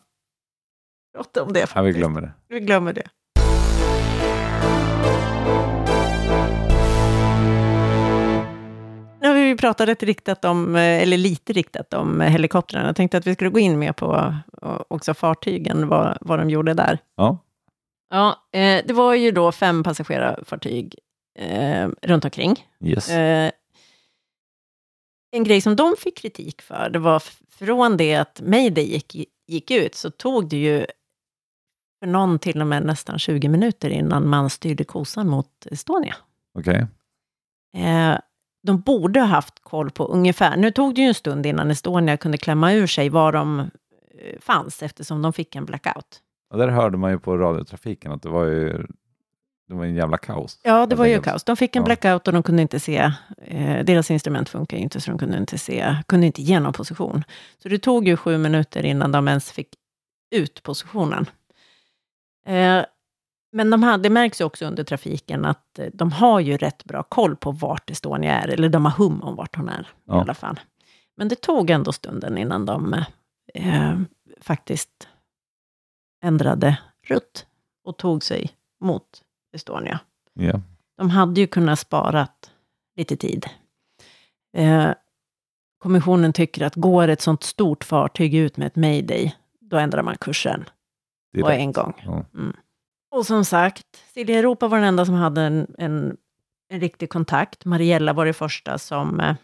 Speaker 2: prata om det.
Speaker 1: Nej, vi
Speaker 2: Faktiskt.
Speaker 1: glömmer det.
Speaker 2: vi glömmer det. Nu har vi ju pratat rätt riktat om, eh, eller lite riktat om eh, helikoptrarna. Jag tänkte att vi skulle gå in mer på eh, också fartygen, vad, vad de gjorde där.
Speaker 1: Ja,
Speaker 2: Ja, eh, det var ju då fem passagerarfartyg eh, runt omkring.
Speaker 1: yes.
Speaker 2: Eh, en grej som de fick kritik för, det var f- från det att Mayday gick, gick ut, så tog det ju för någon till och med nästan 20 minuter innan man styrde kosan mot Estonia.
Speaker 1: Okej.
Speaker 2: Eh, de borde ha haft koll på ungefär, nu tog det ju en stund innan Estonia kunde klämma ur sig var de eh, fanns, eftersom de fick en blackout.
Speaker 1: Och där hörde man ju på radiotrafiken att det var ju det var en jävla kaos.
Speaker 2: Ja, det
Speaker 1: helt
Speaker 2: var ju
Speaker 1: enkelt.
Speaker 2: kaos. De fick en
Speaker 1: Ja.
Speaker 2: blackout och de kunde inte se, eh, deras instrument funkar ju inte, så de kunde inte se, kunde inte ge någon position. Så det tog ju sju minuter innan de ens fick ut positionen. Eh, men de hade, det märks ju också under trafiken att eh, de har ju rätt bra koll på vart Estonia är, eller de har hum om vart hon är
Speaker 1: Ja.
Speaker 2: i alla fall. Men det tog ändå stunden innan de eh, faktiskt ändrade rutt och tog sig mot Estonia.
Speaker 1: Ja.
Speaker 2: De hade ju kunnat sparat lite tid. Eh, kommissionen tycker att går ett sånt stort fartyg ut med ett mayday, då ändrar man kursen
Speaker 1: Det är
Speaker 2: på
Speaker 1: rätt.
Speaker 2: en gång. Mm.
Speaker 1: Ja.
Speaker 2: Och som sagt, Silja Europa var den enda som hade en, en, en riktig kontakt. Mariella var det första som, eh,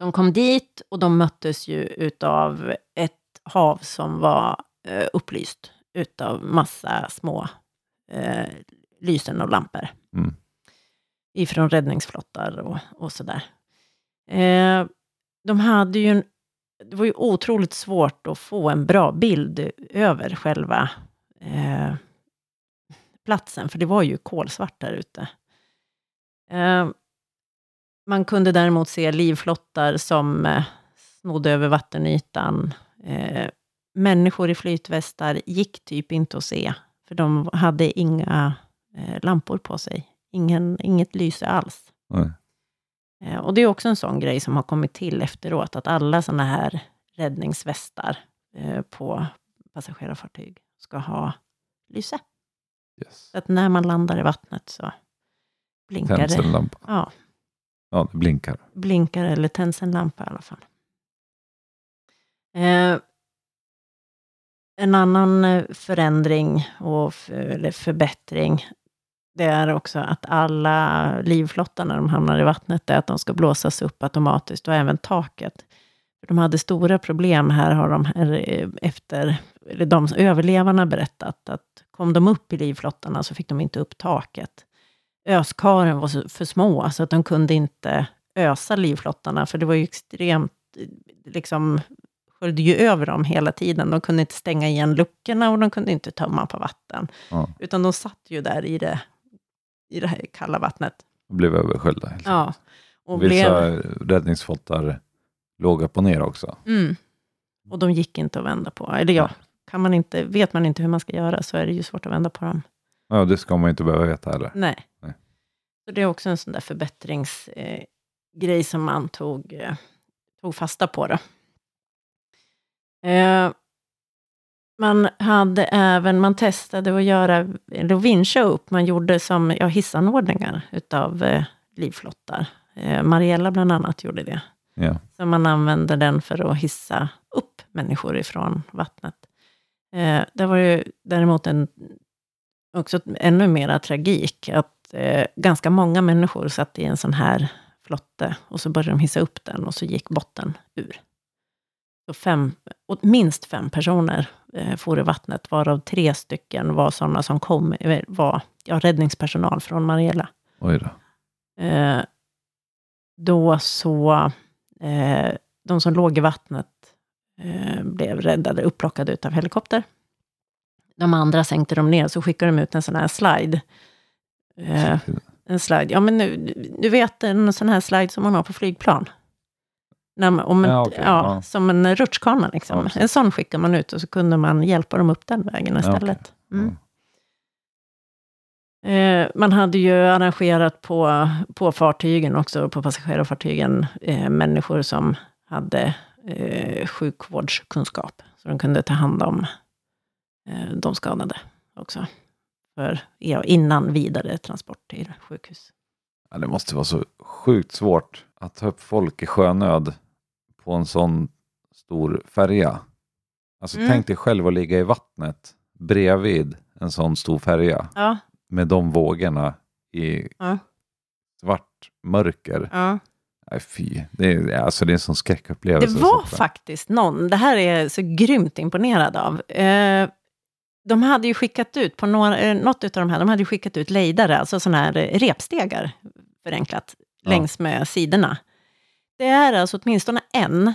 Speaker 2: som kom dit och de möttes ju utav ett hav som var eh, upplyst utav massa små eh, lysen och lampor.
Speaker 1: Mm.
Speaker 2: Ifrån räddningsflottar och, och sådär. Eh, de hade ju en, det var ju otroligt svårt att få en bra bild över själva eh, platsen, för det var ju kolsvart där ute. Eh, man kunde däremot se livflottar som eh, snodde över vattenytan. Eh, människor i flytvästar gick typ inte att se, för de hade inga eh, lampor på sig. Ingen, inget lyse alls.
Speaker 1: Nej.
Speaker 2: Eh, och det är också en sån grej som har kommit till efteråt, att alla såna här räddningsvästar eh, på passagerarfartyg ska ha lyse.
Speaker 1: Yes.
Speaker 2: Så att när man landar i vattnet så blinkar
Speaker 1: Tänds en
Speaker 2: det.
Speaker 1: lampa.
Speaker 2: Ja,
Speaker 1: Ja, det blinkar.
Speaker 2: blinkar eller tänds en lampa i alla fall. Eh, en annan eh, förändring och f- eller förbättring, det är också att alla livflottar när de hamnar i vattnet, det är att de ska blåsas upp automatiskt och även taket. För De hade stora problem här, har de här eh, efter, eller de överlevarna berättat, att kom de upp i livflottarna så fick de inte upp taket. Öskaren var så- för små, så att de kunde inte ösa livflottarna, för det var ju extremt, eh, liksom, sköljde ju över dem hela tiden. De kunde inte stänga igen luckorna och de kunde inte tömma på vatten.
Speaker 1: Ja.
Speaker 2: Utan de satt ju där i det, i det här kalla vattnet.
Speaker 1: Och blev översköljda. helt
Speaker 2: Ja. Och, blev,
Speaker 1: Vissa räddningsflottar låg upp och ner också.
Speaker 2: mm, och de gick inte att vända på. Eller ja, kan man inte, vet man inte hur man ska göra så är det ju svårt att vända på dem.
Speaker 1: Ja, det ska man ju inte behöva veta heller.
Speaker 2: Nej.
Speaker 1: Nej.
Speaker 2: Så det är också en sån där förbättringsgrej eh, grej som man tog, eh, tog fasta på. Då. Eh, man hade även, man testade att göra, eller att vinscha upp, man gjorde som, ja, hissanordningar utav eh, livflottar. Eh, Mariella bland annat gjorde det.
Speaker 1: Ja.
Speaker 2: Så man använder den för att hissa upp människor ifrån vattnet. Eh, där var det ju däremot en, också ännu mera tragik, att eh, ganska många människor satt i en sån här flotte, och så började de hissa upp den, och så gick botten ur. Så fem och minst fem personer eh, for i vattnet, varav tre stycken var sådana som kom, eh, var ja, räddningspersonal från Mariella.
Speaker 1: Oj då.
Speaker 2: Eh, då så, eh, de som låg i vattnet eh, blev räddade, upplockade utav helikopter. De andra sänkte de ner, så skickade de ut en sån här slide. Eh, en slide, ja men nu, du vet en sån här slide som man har på flygplan. När man, om en,
Speaker 1: Ja,
Speaker 2: ja,
Speaker 1: okej, ja.
Speaker 2: Som en rutschkana
Speaker 1: Ja,
Speaker 2: liksom.
Speaker 1: precis.
Speaker 2: en sån skickar man ut och så kunde man hjälpa dem upp den vägen
Speaker 1: okej.
Speaker 2: istället. Mm. Eh, man hade ju arrangerat på, på fartygen också, på passagerarfartygen, eh, människor som hade eh, sjukvårdskunskap. Så de kunde ta hand om eh, de skadade också. För, ja, innan vidare transport till sjukhus.
Speaker 1: Ja, det måste vara så sjukt svårt att ta upp folk i sjönöd på en sån stor färja. Alltså
Speaker 2: Mm.
Speaker 1: tänk dig själv att ligga i vattnet bredvid en sån stor färja
Speaker 2: Ja,
Speaker 1: med de vågorna i
Speaker 2: Ja.
Speaker 1: svart mörker.
Speaker 2: ja.
Speaker 1: Nej, fy, det är, alltså det är en sån
Speaker 2: Det
Speaker 1: skräckupplevelse.
Speaker 2: var
Speaker 1: så-
Speaker 2: faktiskt någon, det här är jag så grymt imponerad av. Eh, de hade ju skickat ut, på några, eh, något av de här, de hade ju skickat ut lejdare, alltså sådana här eh, repstegar, förenklat,
Speaker 1: Ja.
Speaker 2: längs med sidorna. Det är alltså åtminstone en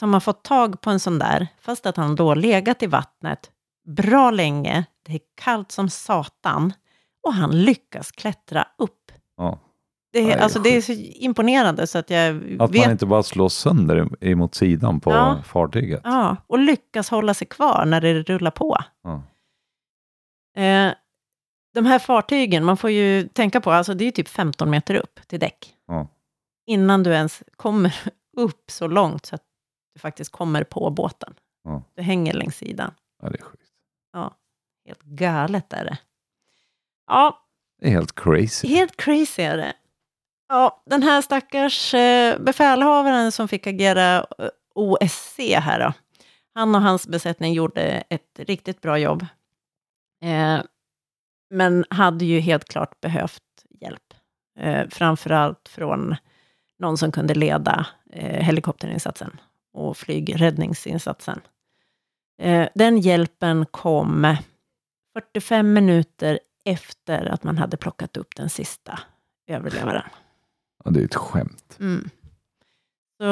Speaker 2: som har fått tag på en sån där, fast att han då legat i vattnet bra länge, det är kallt som satan, och han lyckas klättra upp.
Speaker 1: Ja.
Speaker 2: Det
Speaker 1: Ja,
Speaker 2: är,
Speaker 1: det är
Speaker 2: alltså, det är så imponerande så att jag
Speaker 1: Att
Speaker 2: vet
Speaker 1: man inte bara slår sönder emot sidan på
Speaker 2: Ja.
Speaker 1: fartyget.
Speaker 2: Ja, och lyckas hålla sig kvar när det rullar på.
Speaker 1: Ja.
Speaker 2: Eh, de här fartygen, man får ju tänka på, alltså det är ju typ 15 meter upp till däck.
Speaker 1: Ja.
Speaker 2: Innan du ens kommer *laughs* upp så långt så att du faktiskt kommer på båten.
Speaker 1: Ja.
Speaker 2: Du hänger längs sidan.
Speaker 1: Ja, det är sjukt.
Speaker 2: Helt galet är det. Ja,
Speaker 1: Det är helt crazy.
Speaker 2: Helt crazy är det. Ja, den här stackars eh, befälhavaren som fick agera eh, OSC här då. Han och hans besättning gjorde ett riktigt bra jobb. Eh, men hade ju helt klart behövt hjälp. Eh, framförallt från någon som kunde leda eh, helikopterinsatsen och flygräddningsinsatsen. Eh, den hjälpen kom 45 minuter efter att man hade plockat upp den sista överlevaren. Mm.
Speaker 1: Ja, det är ett skämt.
Speaker 2: Så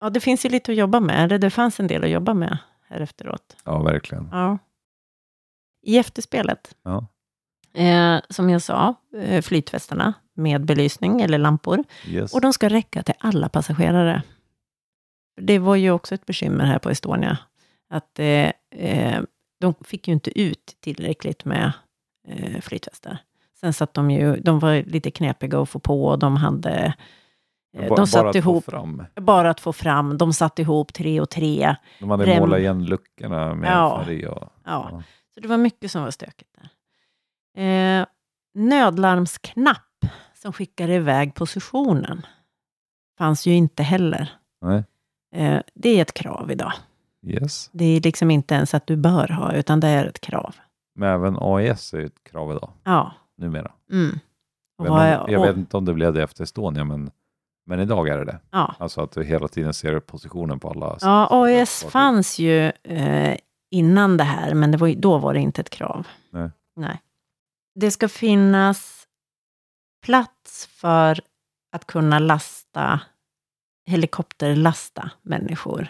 Speaker 2: ja, det finns ju lite att jobba med. Eller det fanns en del att jobba med här efteråt.
Speaker 1: Ja, verkligen.
Speaker 2: Ja. I efterspelet,
Speaker 1: Ja.
Speaker 2: eh, som jag sa, eh, flytvästarna med belysning eller lampor.
Speaker 1: Yes.
Speaker 2: Och de ska räcka till alla passagerare. Det var ju också ett bekymmer här på Estonia. Att eh, eh, de fick ju inte ut tillräckligt med eh, flytvästar. Sen satt de ju, de var lite knepiga att få på och de hade... Eh,
Speaker 1: Ba-
Speaker 2: de
Speaker 1: bara att
Speaker 2: satt
Speaker 1: få
Speaker 2: ihop,
Speaker 1: Fram.
Speaker 2: bara att få fram, de satt ihop tre och tre.
Speaker 1: De hade
Speaker 2: Rem.
Speaker 1: målat igen luckorna med
Speaker 2: Ja.
Speaker 1: färg. Och,
Speaker 2: Ja.
Speaker 1: Ja.
Speaker 2: Så det var mycket som var stökigt där. Eh, nödlarmsknapp som skickade iväg positionen fanns ju inte heller.
Speaker 1: nej.
Speaker 2: Eh, det är ett krav idag.
Speaker 1: Yes.
Speaker 2: Det är liksom inte ens att du bör ha, utan det är ett krav.
Speaker 1: Men även AES är ju ett krav idag,
Speaker 2: Ja.
Speaker 1: numera.
Speaker 2: Mm. Och
Speaker 1: Men om,
Speaker 2: vad är-
Speaker 1: jag
Speaker 2: och-
Speaker 1: vet inte om det blev det efter Estonia, men, men idag är det det.
Speaker 2: Ja.
Speaker 1: Alltså att du hela tiden ser positionen på alla.
Speaker 2: Ja, AES
Speaker 1: fartyg.
Speaker 2: fanns ju eh, innan det här, men det var, ju- då var det inte ett krav.
Speaker 1: Nej.
Speaker 2: Det ska finnas plats för att kunna lasta, helikopterlasta människor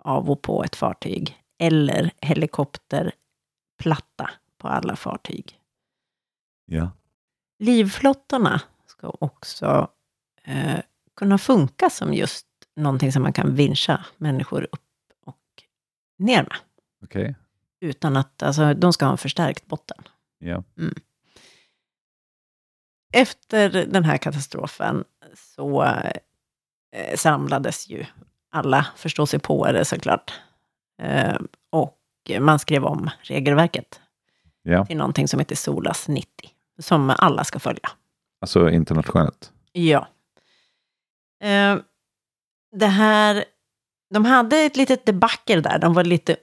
Speaker 2: av och på ett fartyg. Eller helikopterplatta på alla fartyg.
Speaker 1: Ja.
Speaker 2: livflottarna ska också eh, kunna funka som just någonting som man kan vincha människor upp och ner med.
Speaker 1: Okej.
Speaker 2: Utan att, alltså, de ska ha en förstärkt botten.
Speaker 1: Ja.
Speaker 2: Efter den här katastrofen så eh, samlades ju alla förståsigpåare såklart. Eh, och man skrev om regelverket
Speaker 1: ja.
Speaker 2: till någonting som heter SOLAS 90, som alla ska följa.
Speaker 1: Alltså internationellt.
Speaker 2: Ja. Eh, det här... De hade ett litet debacle där. De var lite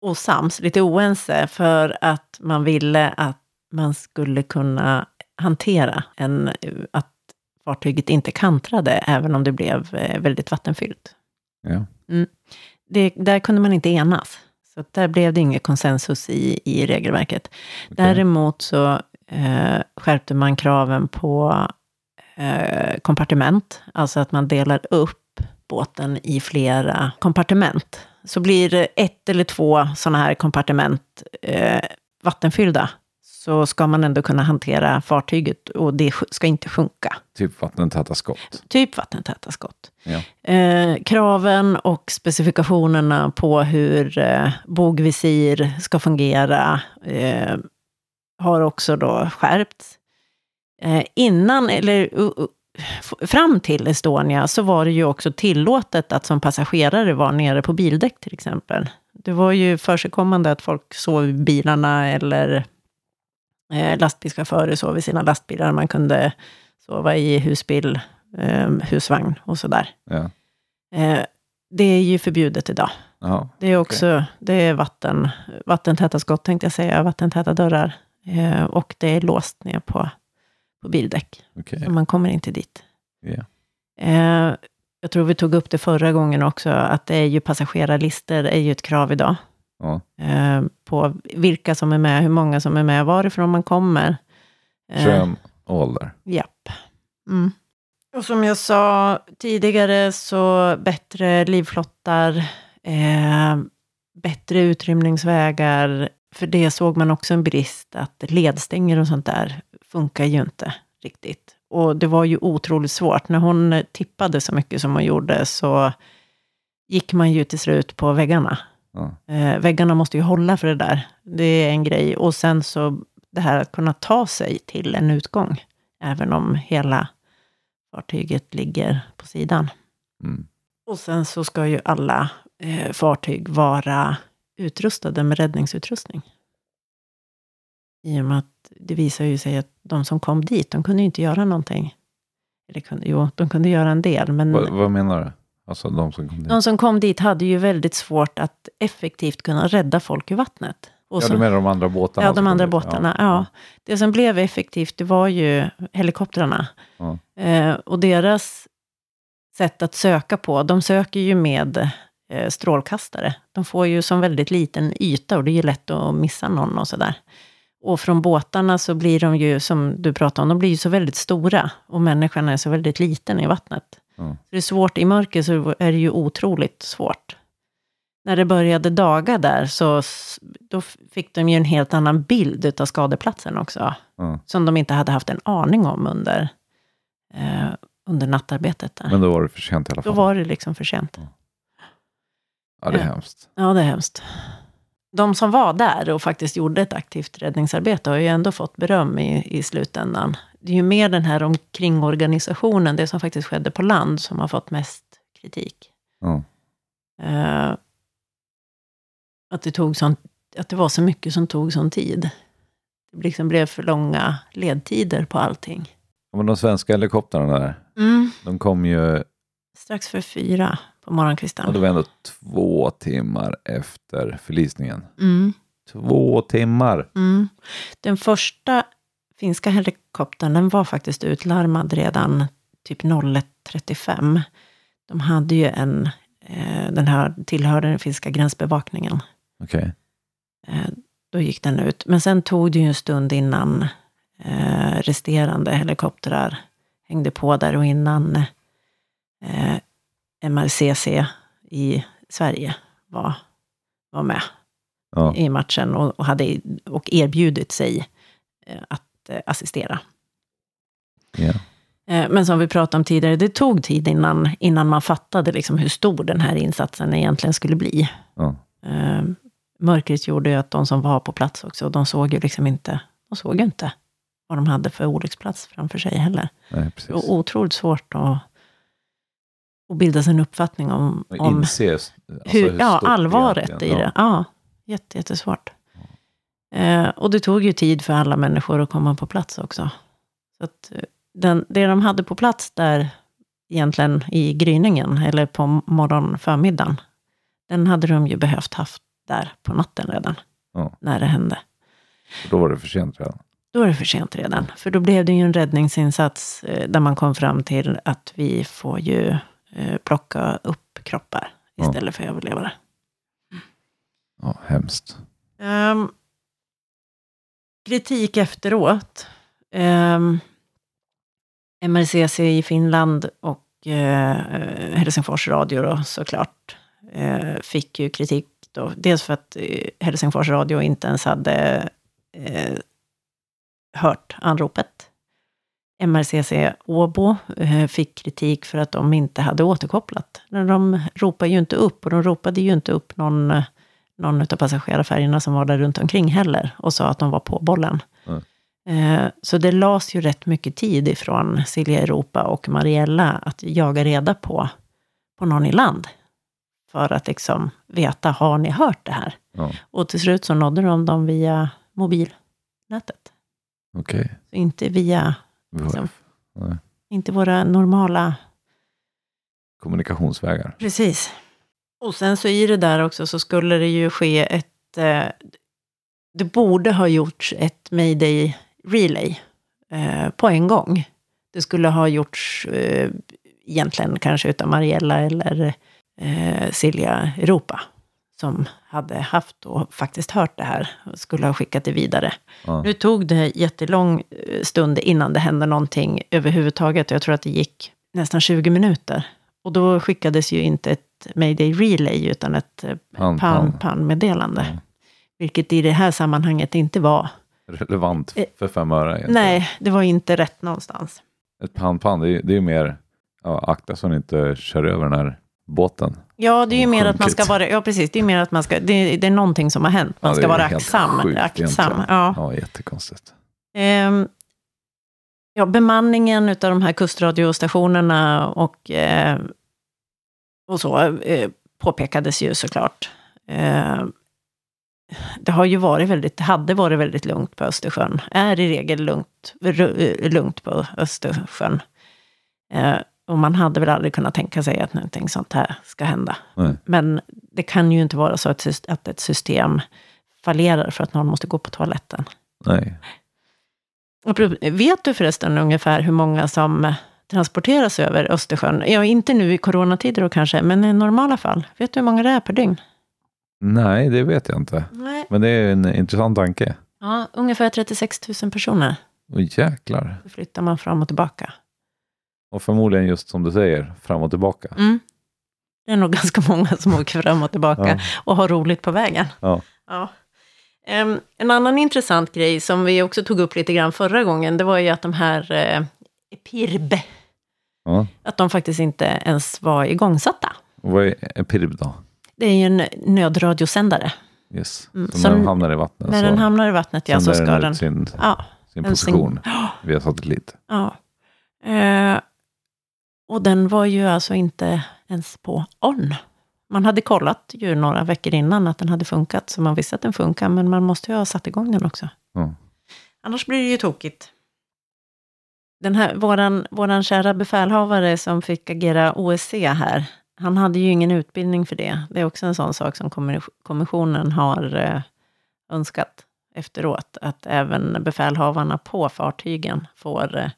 Speaker 2: osams, lite oense, för att man ville att man skulle kunna hantera en, att fartyget inte kantrade, även om det blev eh, väldigt vattenfyllt.
Speaker 1: Ja.
Speaker 2: det, där kunde man inte enas. Så att där blev det inget konsensus i, i regelverket. Däremot så eh, skärpte man kraven på eh, kompartiment, alltså att man delar upp båten i flera kompartiment. Så blir det ett eller två sådana här kompartiment eh, vattenfyllda, så ska man ändå kunna hantera fartyget och det sj- ska inte sjunka.
Speaker 1: Typ vattentäta skott.
Speaker 2: Typ vattentäta skott.
Speaker 1: Ja.
Speaker 2: Eh, kraven och specifikationerna på hur eh, bogvisir ska fungera eh, har också då skärpts. Eh, innan, eller u- u- f- fram till Estonia, så var det ju också tillåtet att som passagerare vara nere på bildäck till exempel. Det var ju försigkommande att folk sov i bilarna eller eh, lastbilschaufförer sov i sina lastbilar. Man kunde sova i husbil, eh, husvagn och sådär.
Speaker 1: Ja.
Speaker 2: Eh, det är ju förbjudet idag.
Speaker 1: Ja.
Speaker 2: Det är också det är vatten, vattentäta skott, tänkte jag säga, vattentäta dörrar. Eh, och det är låst ner på, på bildäck,
Speaker 1: Okej.
Speaker 2: så man kommer inte dit.
Speaker 1: Ja.
Speaker 2: Eh, jag tror vi tog upp det förra gången också, att det är ju passagerarlister är ju ett krav idag.
Speaker 1: Ja.
Speaker 2: Eh, på vilka som är med, hur många som är med, varifrån man kommer. Eh,
Speaker 1: Kön, ålder.
Speaker 2: Japp. Mm. Och som jag sa tidigare så bättre livflottar, eh, bättre utrymningsvägar. För det såg man också en brist, att ledstänger och sånt där funkar ju inte riktigt. Och det var ju otroligt svårt. När hon tippade så mycket som hon gjorde så gick man ju till slut på väggarna.
Speaker 1: Ja.
Speaker 2: Eh, väggarna måste ju hålla för det där. Det är en grej. Och sen så det här att kunna ta sig till en utgång, även om hela fartyget ligger på sidan.
Speaker 1: Mm.
Speaker 2: Och sen så ska ju alla eh, fartyg vara utrustade med räddningsutrustning. I och med att det visar ju sig att de som kom dit, de kunde ju inte göra någonting. Eller kunde, jo, de kunde göra en del, men...
Speaker 1: Vad, vad menar du? Alltså de som kom dit?
Speaker 2: De som kom dit hade ju väldigt svårt att effektivt kunna rädda folk ur vattnet. Och
Speaker 1: ja,
Speaker 2: så,
Speaker 1: du menar de andra båtarna?
Speaker 2: ja,
Speaker 1: som
Speaker 2: de
Speaker 1: kom
Speaker 2: andra
Speaker 1: dit?
Speaker 2: båtarna. Ja. Det som blev effektivt, det var ju helikoptrarna.
Speaker 1: Ja.
Speaker 2: Eh, och deras sätt att söka på, de söker ju med eh, strålkastare. De får ju som väldigt liten yta och det är ju lätt att missa någon och sådär. Och från båtarna så blir de ju, som du pratade om, de blir ju så väldigt stora. Och människan är så väldigt liten i vattnet.
Speaker 1: Ja.
Speaker 2: Så det är svårt, i mörker så är det ju otroligt svårt. När det började daga där, så s- då f- fick de ju en helt annan bild av skadeplatsen också.
Speaker 1: Ja.
Speaker 2: Som de inte hade haft en aning om under, eh, under nattarbetet där.
Speaker 1: Men då var det för sent i alla
Speaker 2: då
Speaker 1: fall.
Speaker 2: var det liksom för sent.
Speaker 1: Ja, det är hemskt.
Speaker 2: Ja, det är hemskt. De som var där och faktiskt gjorde ett aktivt räddningsarbete har ju ändå fått beröm i, i slutändan. Det är ju mer den här omkringorganisationen, det som faktiskt skedde på land, som har fått mest kritik.
Speaker 1: Ja.
Speaker 2: Eh, att, det tog sån, att det var så mycket som tog sån tid. Det liksom blev för långa ledtider på allting.
Speaker 1: Ja, Men de svenska helikoptrarna där,
Speaker 2: Mm.
Speaker 1: de kom ju,
Speaker 2: Strax för fyra på
Speaker 1: ja, det
Speaker 2: morgonkvisten.
Speaker 1: var ändå två timmar efter förlisningen.
Speaker 2: Mm,
Speaker 1: Två timmar!
Speaker 2: mm. Den första finska helikoptern, den var faktiskt utlarmad redan typ 01.35. De hade ju en, eh, den här tillhörde den finska gränsbevakningen.
Speaker 1: Okej.
Speaker 2: Eh, Då gick den ut. Men sen tog det ju en stund innan eh, resterande helikoptrar hängde på där och innan eh, MRCC i Sverige var, var med
Speaker 1: Ja.
Speaker 2: i matchen och, och, hade, och erbjudit sig eh, att eh, assistera.
Speaker 1: Ja.
Speaker 2: Eh, Men som vi pratade om tidigare, det tog tid innan, innan man fattade liksom hur stor den här insatsen egentligen skulle bli.
Speaker 1: Ja.
Speaker 2: Eh, mörkret gjorde ju att de som var på plats också, de såg ju liksom inte, de såg ju inte vad de hade för olycksplats framför sig heller.
Speaker 1: Nej,
Speaker 2: Det
Speaker 1: precis.
Speaker 2: var otroligt svårt att, att bilda sig en uppfattning om,
Speaker 1: Och
Speaker 2: om
Speaker 1: inse alltså,
Speaker 2: hur, ja,
Speaker 1: stort
Speaker 2: allvaret i
Speaker 1: egentligen.
Speaker 2: det. Ja, jätte, jättesvårt. Eh, och det tog ju tid för alla människor att komma på plats också. Så att eh, den, det de hade på plats där, egentligen i gryningen, eller på morgon förmiddagen, den hade de ju behövt haft där på natten redan,
Speaker 1: Ja.
Speaker 2: när det hände.
Speaker 1: Ja. Då var det för sent redan.
Speaker 2: Då är det för sent redan, för då blev det ju en räddningsinsats eh, där man kom fram till att vi får ju eh, plocka upp kroppar
Speaker 1: Ja.
Speaker 2: istället för överlevare.
Speaker 1: Ja, hemskt.
Speaker 2: Ehm, kritik efteråt. Um, MRCC i Finland och eh, Helsingfors Radio då, såklart eh, fick ju kritik. Då. Dels för att eh, Helsingfors Radio inte ens hade eh, hört anropet. MRCC Åbo eh, fick kritik för att de inte hade återkopplat. Men De ropade ju inte upp och de ropade ju inte upp någon eh, någon av passagerarfärjorna som var där runt omkring heller och sa att de var på bollen.
Speaker 1: Mm.
Speaker 2: Eh, Så det lades ju rätt mycket tid ifrån Silja Europa och Mariella att jaga reda på, på någon i land. För att liksom veta, har ni hört det här?
Speaker 1: Ja,
Speaker 2: Och till slut så nådde de dem via mobilnätet.
Speaker 1: Okej.
Speaker 2: Så inte via
Speaker 1: Vi har
Speaker 2: liksom,
Speaker 1: Nej.
Speaker 2: inte våra normala
Speaker 1: kommunikationsvägar.
Speaker 2: Precis. Och sen så i det där också så skulle det ju ske ett... Eh, det borde ha gjorts ett mayday relay eh, på en gång. Det skulle ha gjorts eh, egentligen kanske utav Mariella eller eh, Silja Europa som hade haft och faktiskt hört det här och skulle ha skickat det vidare.
Speaker 1: Ja.
Speaker 2: Nu tog det jättelång eh, stund innan det hände någonting överhuvudtaget. Jag tror att det gick nästan 20 minuter. Och då skickades ju inte ett mayday relay, utan ett eh,
Speaker 1: Pan, pan.
Speaker 2: pan-pan-meddelande.
Speaker 1: Ja.
Speaker 2: Vilket i det här sammanhanget inte var.
Speaker 1: Relevant
Speaker 2: Eh,
Speaker 1: för fem öre. egentligen.
Speaker 2: Nej, det var inte rätt någonstans.
Speaker 1: Ett pan-pan, det, är- det är mer ja, akta så ni inte kör över den här båten.
Speaker 2: Ja, det är ju
Speaker 1: Och
Speaker 2: mer att man ska
Speaker 1: sjunkit.
Speaker 2: vara... Ja, precis. Det är mer att man ska... Det, det är någonting som har hänt. Man
Speaker 1: Ja, det
Speaker 2: ska
Speaker 1: är
Speaker 2: vara
Speaker 1: helt
Speaker 2: aktsam.
Speaker 1: sjukt
Speaker 2: aktsam.
Speaker 1: egentligen.
Speaker 2: Ja.
Speaker 1: Ja, jättekonstigt.
Speaker 2: Ehm, ja, bemanningen av de här kustradiostationerna och, eh, och så eh, påpekades ju såklart. Eh, det har ju varit väldigt, det hade varit väldigt lugnt på Östersjön. Är i regel lugnt, ru- eh, lugnt på Östersjön. Eh, och man hade väl aldrig kunnat tänka sig att någonting sånt här ska hända.
Speaker 1: Nej.
Speaker 2: Men det kan ju inte vara så att, syst- att ett system fallerar för att någon måste gå på toaletten.
Speaker 1: Nej.
Speaker 2: Och pro- Vet du förresten ungefär hur många som eh, transporteras över Östersjön? Ja, inte nu i coronatider då kanske, men i normala fall. Vet du hur många det är per dygn?
Speaker 1: Nej, det vet jag inte.
Speaker 2: Nej.
Speaker 1: Men det är en intressant tanke.
Speaker 2: Ja, ungefär 36 000 personer
Speaker 1: Och jäklar.
Speaker 2: flyttar man fram och tillbaka.
Speaker 1: Och förmodligen just som du säger, fram och tillbaka.
Speaker 2: Mm. Det är nog ganska många som åker fram och tillbaka.
Speaker 1: Ja.
Speaker 2: och ha roligt på vägen.
Speaker 1: Ja.
Speaker 2: Em, en annan intressant grej som vi också tog upp lite grann förra gången, det var ju att de här eh, PIRB,
Speaker 1: Ja.
Speaker 2: att de faktiskt inte ens var igångsatta.
Speaker 1: Och vad är en pirb då?
Speaker 2: Det är ju en nödradiosändare.
Speaker 1: Yes.
Speaker 2: Mm,
Speaker 1: Så
Speaker 2: som-
Speaker 1: när den hamnar i vattnet
Speaker 2: När
Speaker 1: så
Speaker 2: den hamnar i vattnet, ja, så
Speaker 1: sänder
Speaker 2: ska
Speaker 1: Alltså, den
Speaker 2: den...
Speaker 1: ut sin,
Speaker 2: Ja,
Speaker 1: sin
Speaker 2: en sign-
Speaker 1: position via satellit.
Speaker 2: ja. Eh, och den var ju alltså inte ens på on. Man hade kollat ju några veckor innan att den hade funkat, så man visste att den funkar, men man måste ju ha satt igång den också.
Speaker 1: Ja.
Speaker 2: Annars blir det ju tokigt. Den här, våran, våran kära befälhavare som fick agera OSC här, han hade ju ingen utbildning för det. Det är också en sån sak som kommi- kommissionen har eh, önskat efteråt, att även befälhavarna på fartygen får, eh,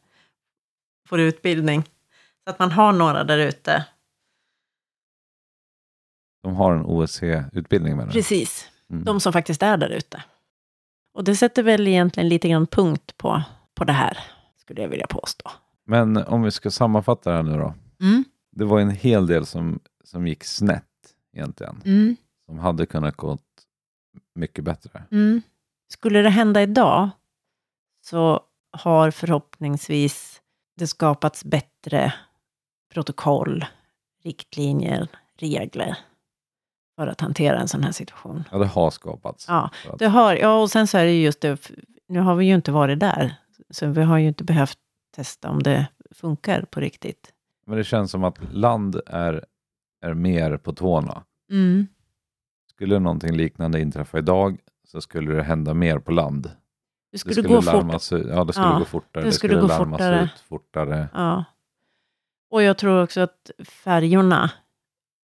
Speaker 2: får utbildning. Så att man har några där ute.
Speaker 1: De har en OSC-utbildning med den.
Speaker 2: Precis.
Speaker 1: Mm.
Speaker 2: de som faktiskt är där ute. Och det sätter väl egentligen lite grann punkt på, på det här, skulle jag vilja påstå.
Speaker 1: Men om vi ska sammanfatta det här nu då. Det var en hel del som, som gick snett egentligen. Som hade kunnat gått mycket bättre.
Speaker 2: Skulle det hända idag så har förhoppningsvis det skapats bättre protokoll, riktlinjer, regler för att hantera en sån här situation.
Speaker 1: Ja, det har skapats.
Speaker 2: Ja,
Speaker 1: Så att-
Speaker 2: Det har, ja, och sen så är det ju just det, f- nu har vi ju inte varit där, så vi har ju inte behövt testa om det funkar på riktigt.
Speaker 1: Men det känns som att land är, är mer på tårna. Skulle någonting liknande inträffa idag så skulle det hända mer på land.
Speaker 2: Det
Speaker 1: Det
Speaker 2: skulle,
Speaker 1: skulle,
Speaker 2: gå fort.
Speaker 1: larmas ut, ja, det skulle
Speaker 2: Ja,
Speaker 1: gå fortare.
Speaker 2: det skulle gå
Speaker 1: larmas
Speaker 2: fortare.
Speaker 1: ut fortare.
Speaker 2: Ja. Och jag tror också att färjorna,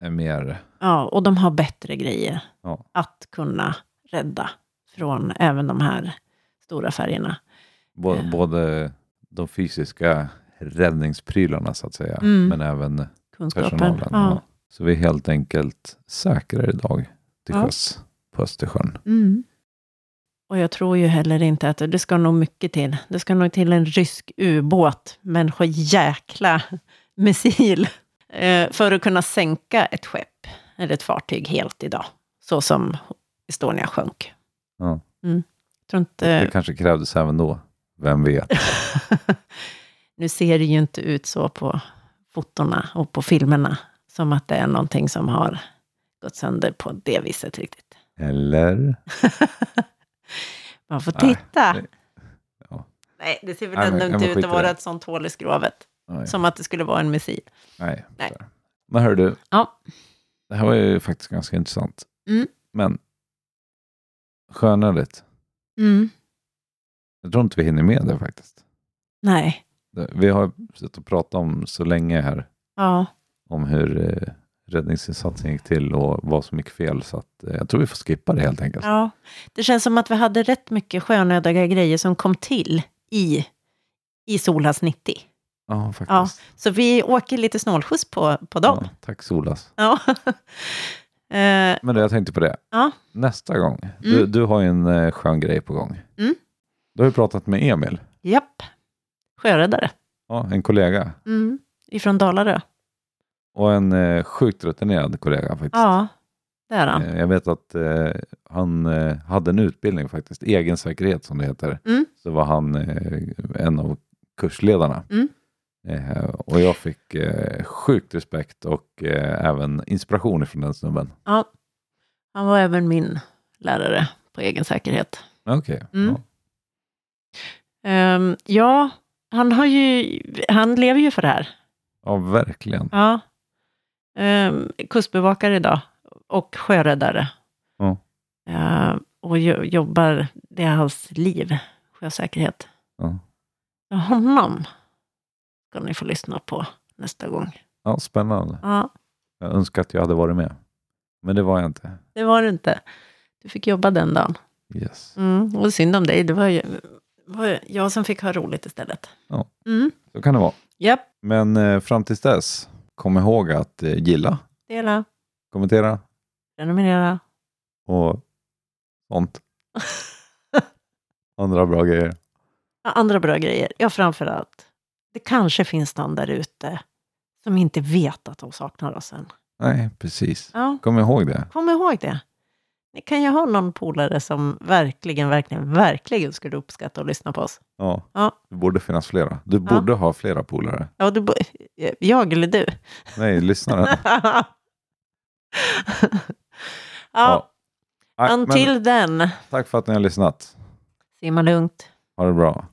Speaker 1: Är mer,
Speaker 2: ja, och de har bättre grejer
Speaker 1: Ja.
Speaker 2: att kunna rädda från även de här stora färjorna.
Speaker 1: bo,
Speaker 2: Ja.
Speaker 1: Både de fysiska räddningsprylarna så att säga,
Speaker 2: Mm.
Speaker 1: men även
Speaker 2: Kunskapen.
Speaker 1: personalen.
Speaker 2: Ja.
Speaker 1: Ja. Så vi är helt enkelt säkrare idag till
Speaker 2: Ja.
Speaker 1: sjöss på Östersjön.
Speaker 4: Mm.
Speaker 2: Och jag tror ju heller inte att, det ska nog mycket till. Det ska nog till en rysk ubåt, människa jäkla *laughs* missil, eh, för att kunna sänka ett skepp eller ett fartyg helt idag. Så som Estonia sjönk.
Speaker 1: Ja.
Speaker 2: Mm. Tror
Speaker 1: Det
Speaker 2: inte...
Speaker 1: kanske krävdes även då. Vem vet?
Speaker 2: nu ser det ju inte ut så på fotorna och på filmerna, som att det är någonting som har gått sönder på det viset riktigt.
Speaker 1: Eller?
Speaker 2: Man får
Speaker 1: Nej,
Speaker 2: titta.
Speaker 1: det- ja.
Speaker 2: Nej, det ser väl
Speaker 1: Nej, men
Speaker 2: ändå
Speaker 1: jag
Speaker 2: inte
Speaker 1: får
Speaker 2: ut
Speaker 1: skita
Speaker 2: att
Speaker 1: i det.
Speaker 2: vara ett sånt hål i skrovet.
Speaker 1: Nej.
Speaker 2: Som att det skulle vara en missil.
Speaker 1: Nej.
Speaker 2: Nej.
Speaker 1: där. Men hör du.
Speaker 2: Ja.
Speaker 1: Det här var ju faktiskt ganska intressant.
Speaker 4: Mm.
Speaker 1: Men skönödigt.
Speaker 4: Mm.
Speaker 1: Jag tror inte vi hinner med det faktiskt.
Speaker 2: Nej.
Speaker 1: Det- Vi har suttit och pratat om så länge här.
Speaker 2: Ja.
Speaker 1: Om hur eh, räddningsinsatsen gick till och vad som gick fel. Så att, eh, jag tror vi får skippa det helt enkelt.
Speaker 2: ja. Det känns som att vi hade rätt mycket skönödiga grejer som kom till i, i Solas 90.
Speaker 1: Ja, faktiskt.
Speaker 2: Så vi åker lite snålskjuts på, på dem.
Speaker 1: Ja, tack Solas.
Speaker 2: Ja. *laughs* Eh, mm,
Speaker 1: Men du, jag tänkte på det.
Speaker 2: Ja.
Speaker 1: Nästa gång. Du, du har ju en eh, skön grej på gång.
Speaker 2: Mm.
Speaker 1: Du har ju pratat med Emil,
Speaker 2: japp. Sjöräddare.
Speaker 1: ja, en kollega.
Speaker 2: Mm. Ifrån Dalarö.
Speaker 1: Och en eh, sjukt rutinerad kollega faktiskt.
Speaker 2: Ja, det är han.
Speaker 1: Eh, Jag vet att eh, han eh, hade en utbildning faktiskt, egensäkerhet som det heter.
Speaker 2: Mm.
Speaker 1: Så var han eh, en av kursledarna.
Speaker 2: Mm.
Speaker 1: Eh, och jag fick eh, sjukt respekt och eh, även inspiration från den snubben.
Speaker 2: Ja. Han var även min lärare på egen säkerhet.
Speaker 1: Okej.
Speaker 2: Mm.
Speaker 1: Ja.
Speaker 2: Ehm, ja, han, har ju, han lever ju för det här.
Speaker 1: ja, verkligen.
Speaker 2: Ja. Ehm, kustbevakare idag och sjöräddare.
Speaker 1: Ja.
Speaker 2: Ehm, och jo, jobbar, det är hans liv, sjösäkerhet.
Speaker 1: Ja.
Speaker 2: Ja, Honom ska ni få lyssna på nästa gång.
Speaker 1: Ja, spännande.
Speaker 2: Ja,
Speaker 1: Jag önskar att jag hade varit med. Men det var jag inte.
Speaker 2: det var det inte. Du fick jobba den dagen.
Speaker 1: Yes.
Speaker 2: Mm, och synd om dig, det var ju var ju jag som fick ha roligt istället.
Speaker 1: Ja.
Speaker 2: Mm,
Speaker 1: Så kan det vara.
Speaker 2: japp,
Speaker 1: Men eh, fram tills dess, kom ihåg att eh, gilla,
Speaker 2: dela,
Speaker 1: kommentera
Speaker 2: prenumerera.
Speaker 1: och
Speaker 2: *laughs*
Speaker 1: sånt. Andra bra grejer.
Speaker 2: Ja, andra bra grejer. Ja, framför allt. Det kanske finns någon där ute som inte vet att de saknar oss än.
Speaker 1: Nej, precis.
Speaker 2: Ja,
Speaker 1: Kom ihåg det.
Speaker 2: kom ihåg det. Ni kan ju ha någon polare som verkligen, verkligen, verkligen skulle uppskatta att lyssna på oss.
Speaker 1: Ja.
Speaker 2: Ja.
Speaker 1: Det borde finnas flera. Du
Speaker 2: Ja.
Speaker 1: borde ha flera polare.
Speaker 2: Ja, du, bo- jag eller du? *laughs*
Speaker 1: Nej, lyssnaren.
Speaker 2: ja,
Speaker 1: Ja, Nej, men
Speaker 2: until then.
Speaker 1: Tack för att ni har lyssnat.
Speaker 2: Simma lugnt.
Speaker 1: Ha det bra.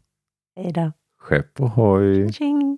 Speaker 2: Hej då.
Speaker 1: Mm. Skepp ohoj!
Speaker 2: Tjing.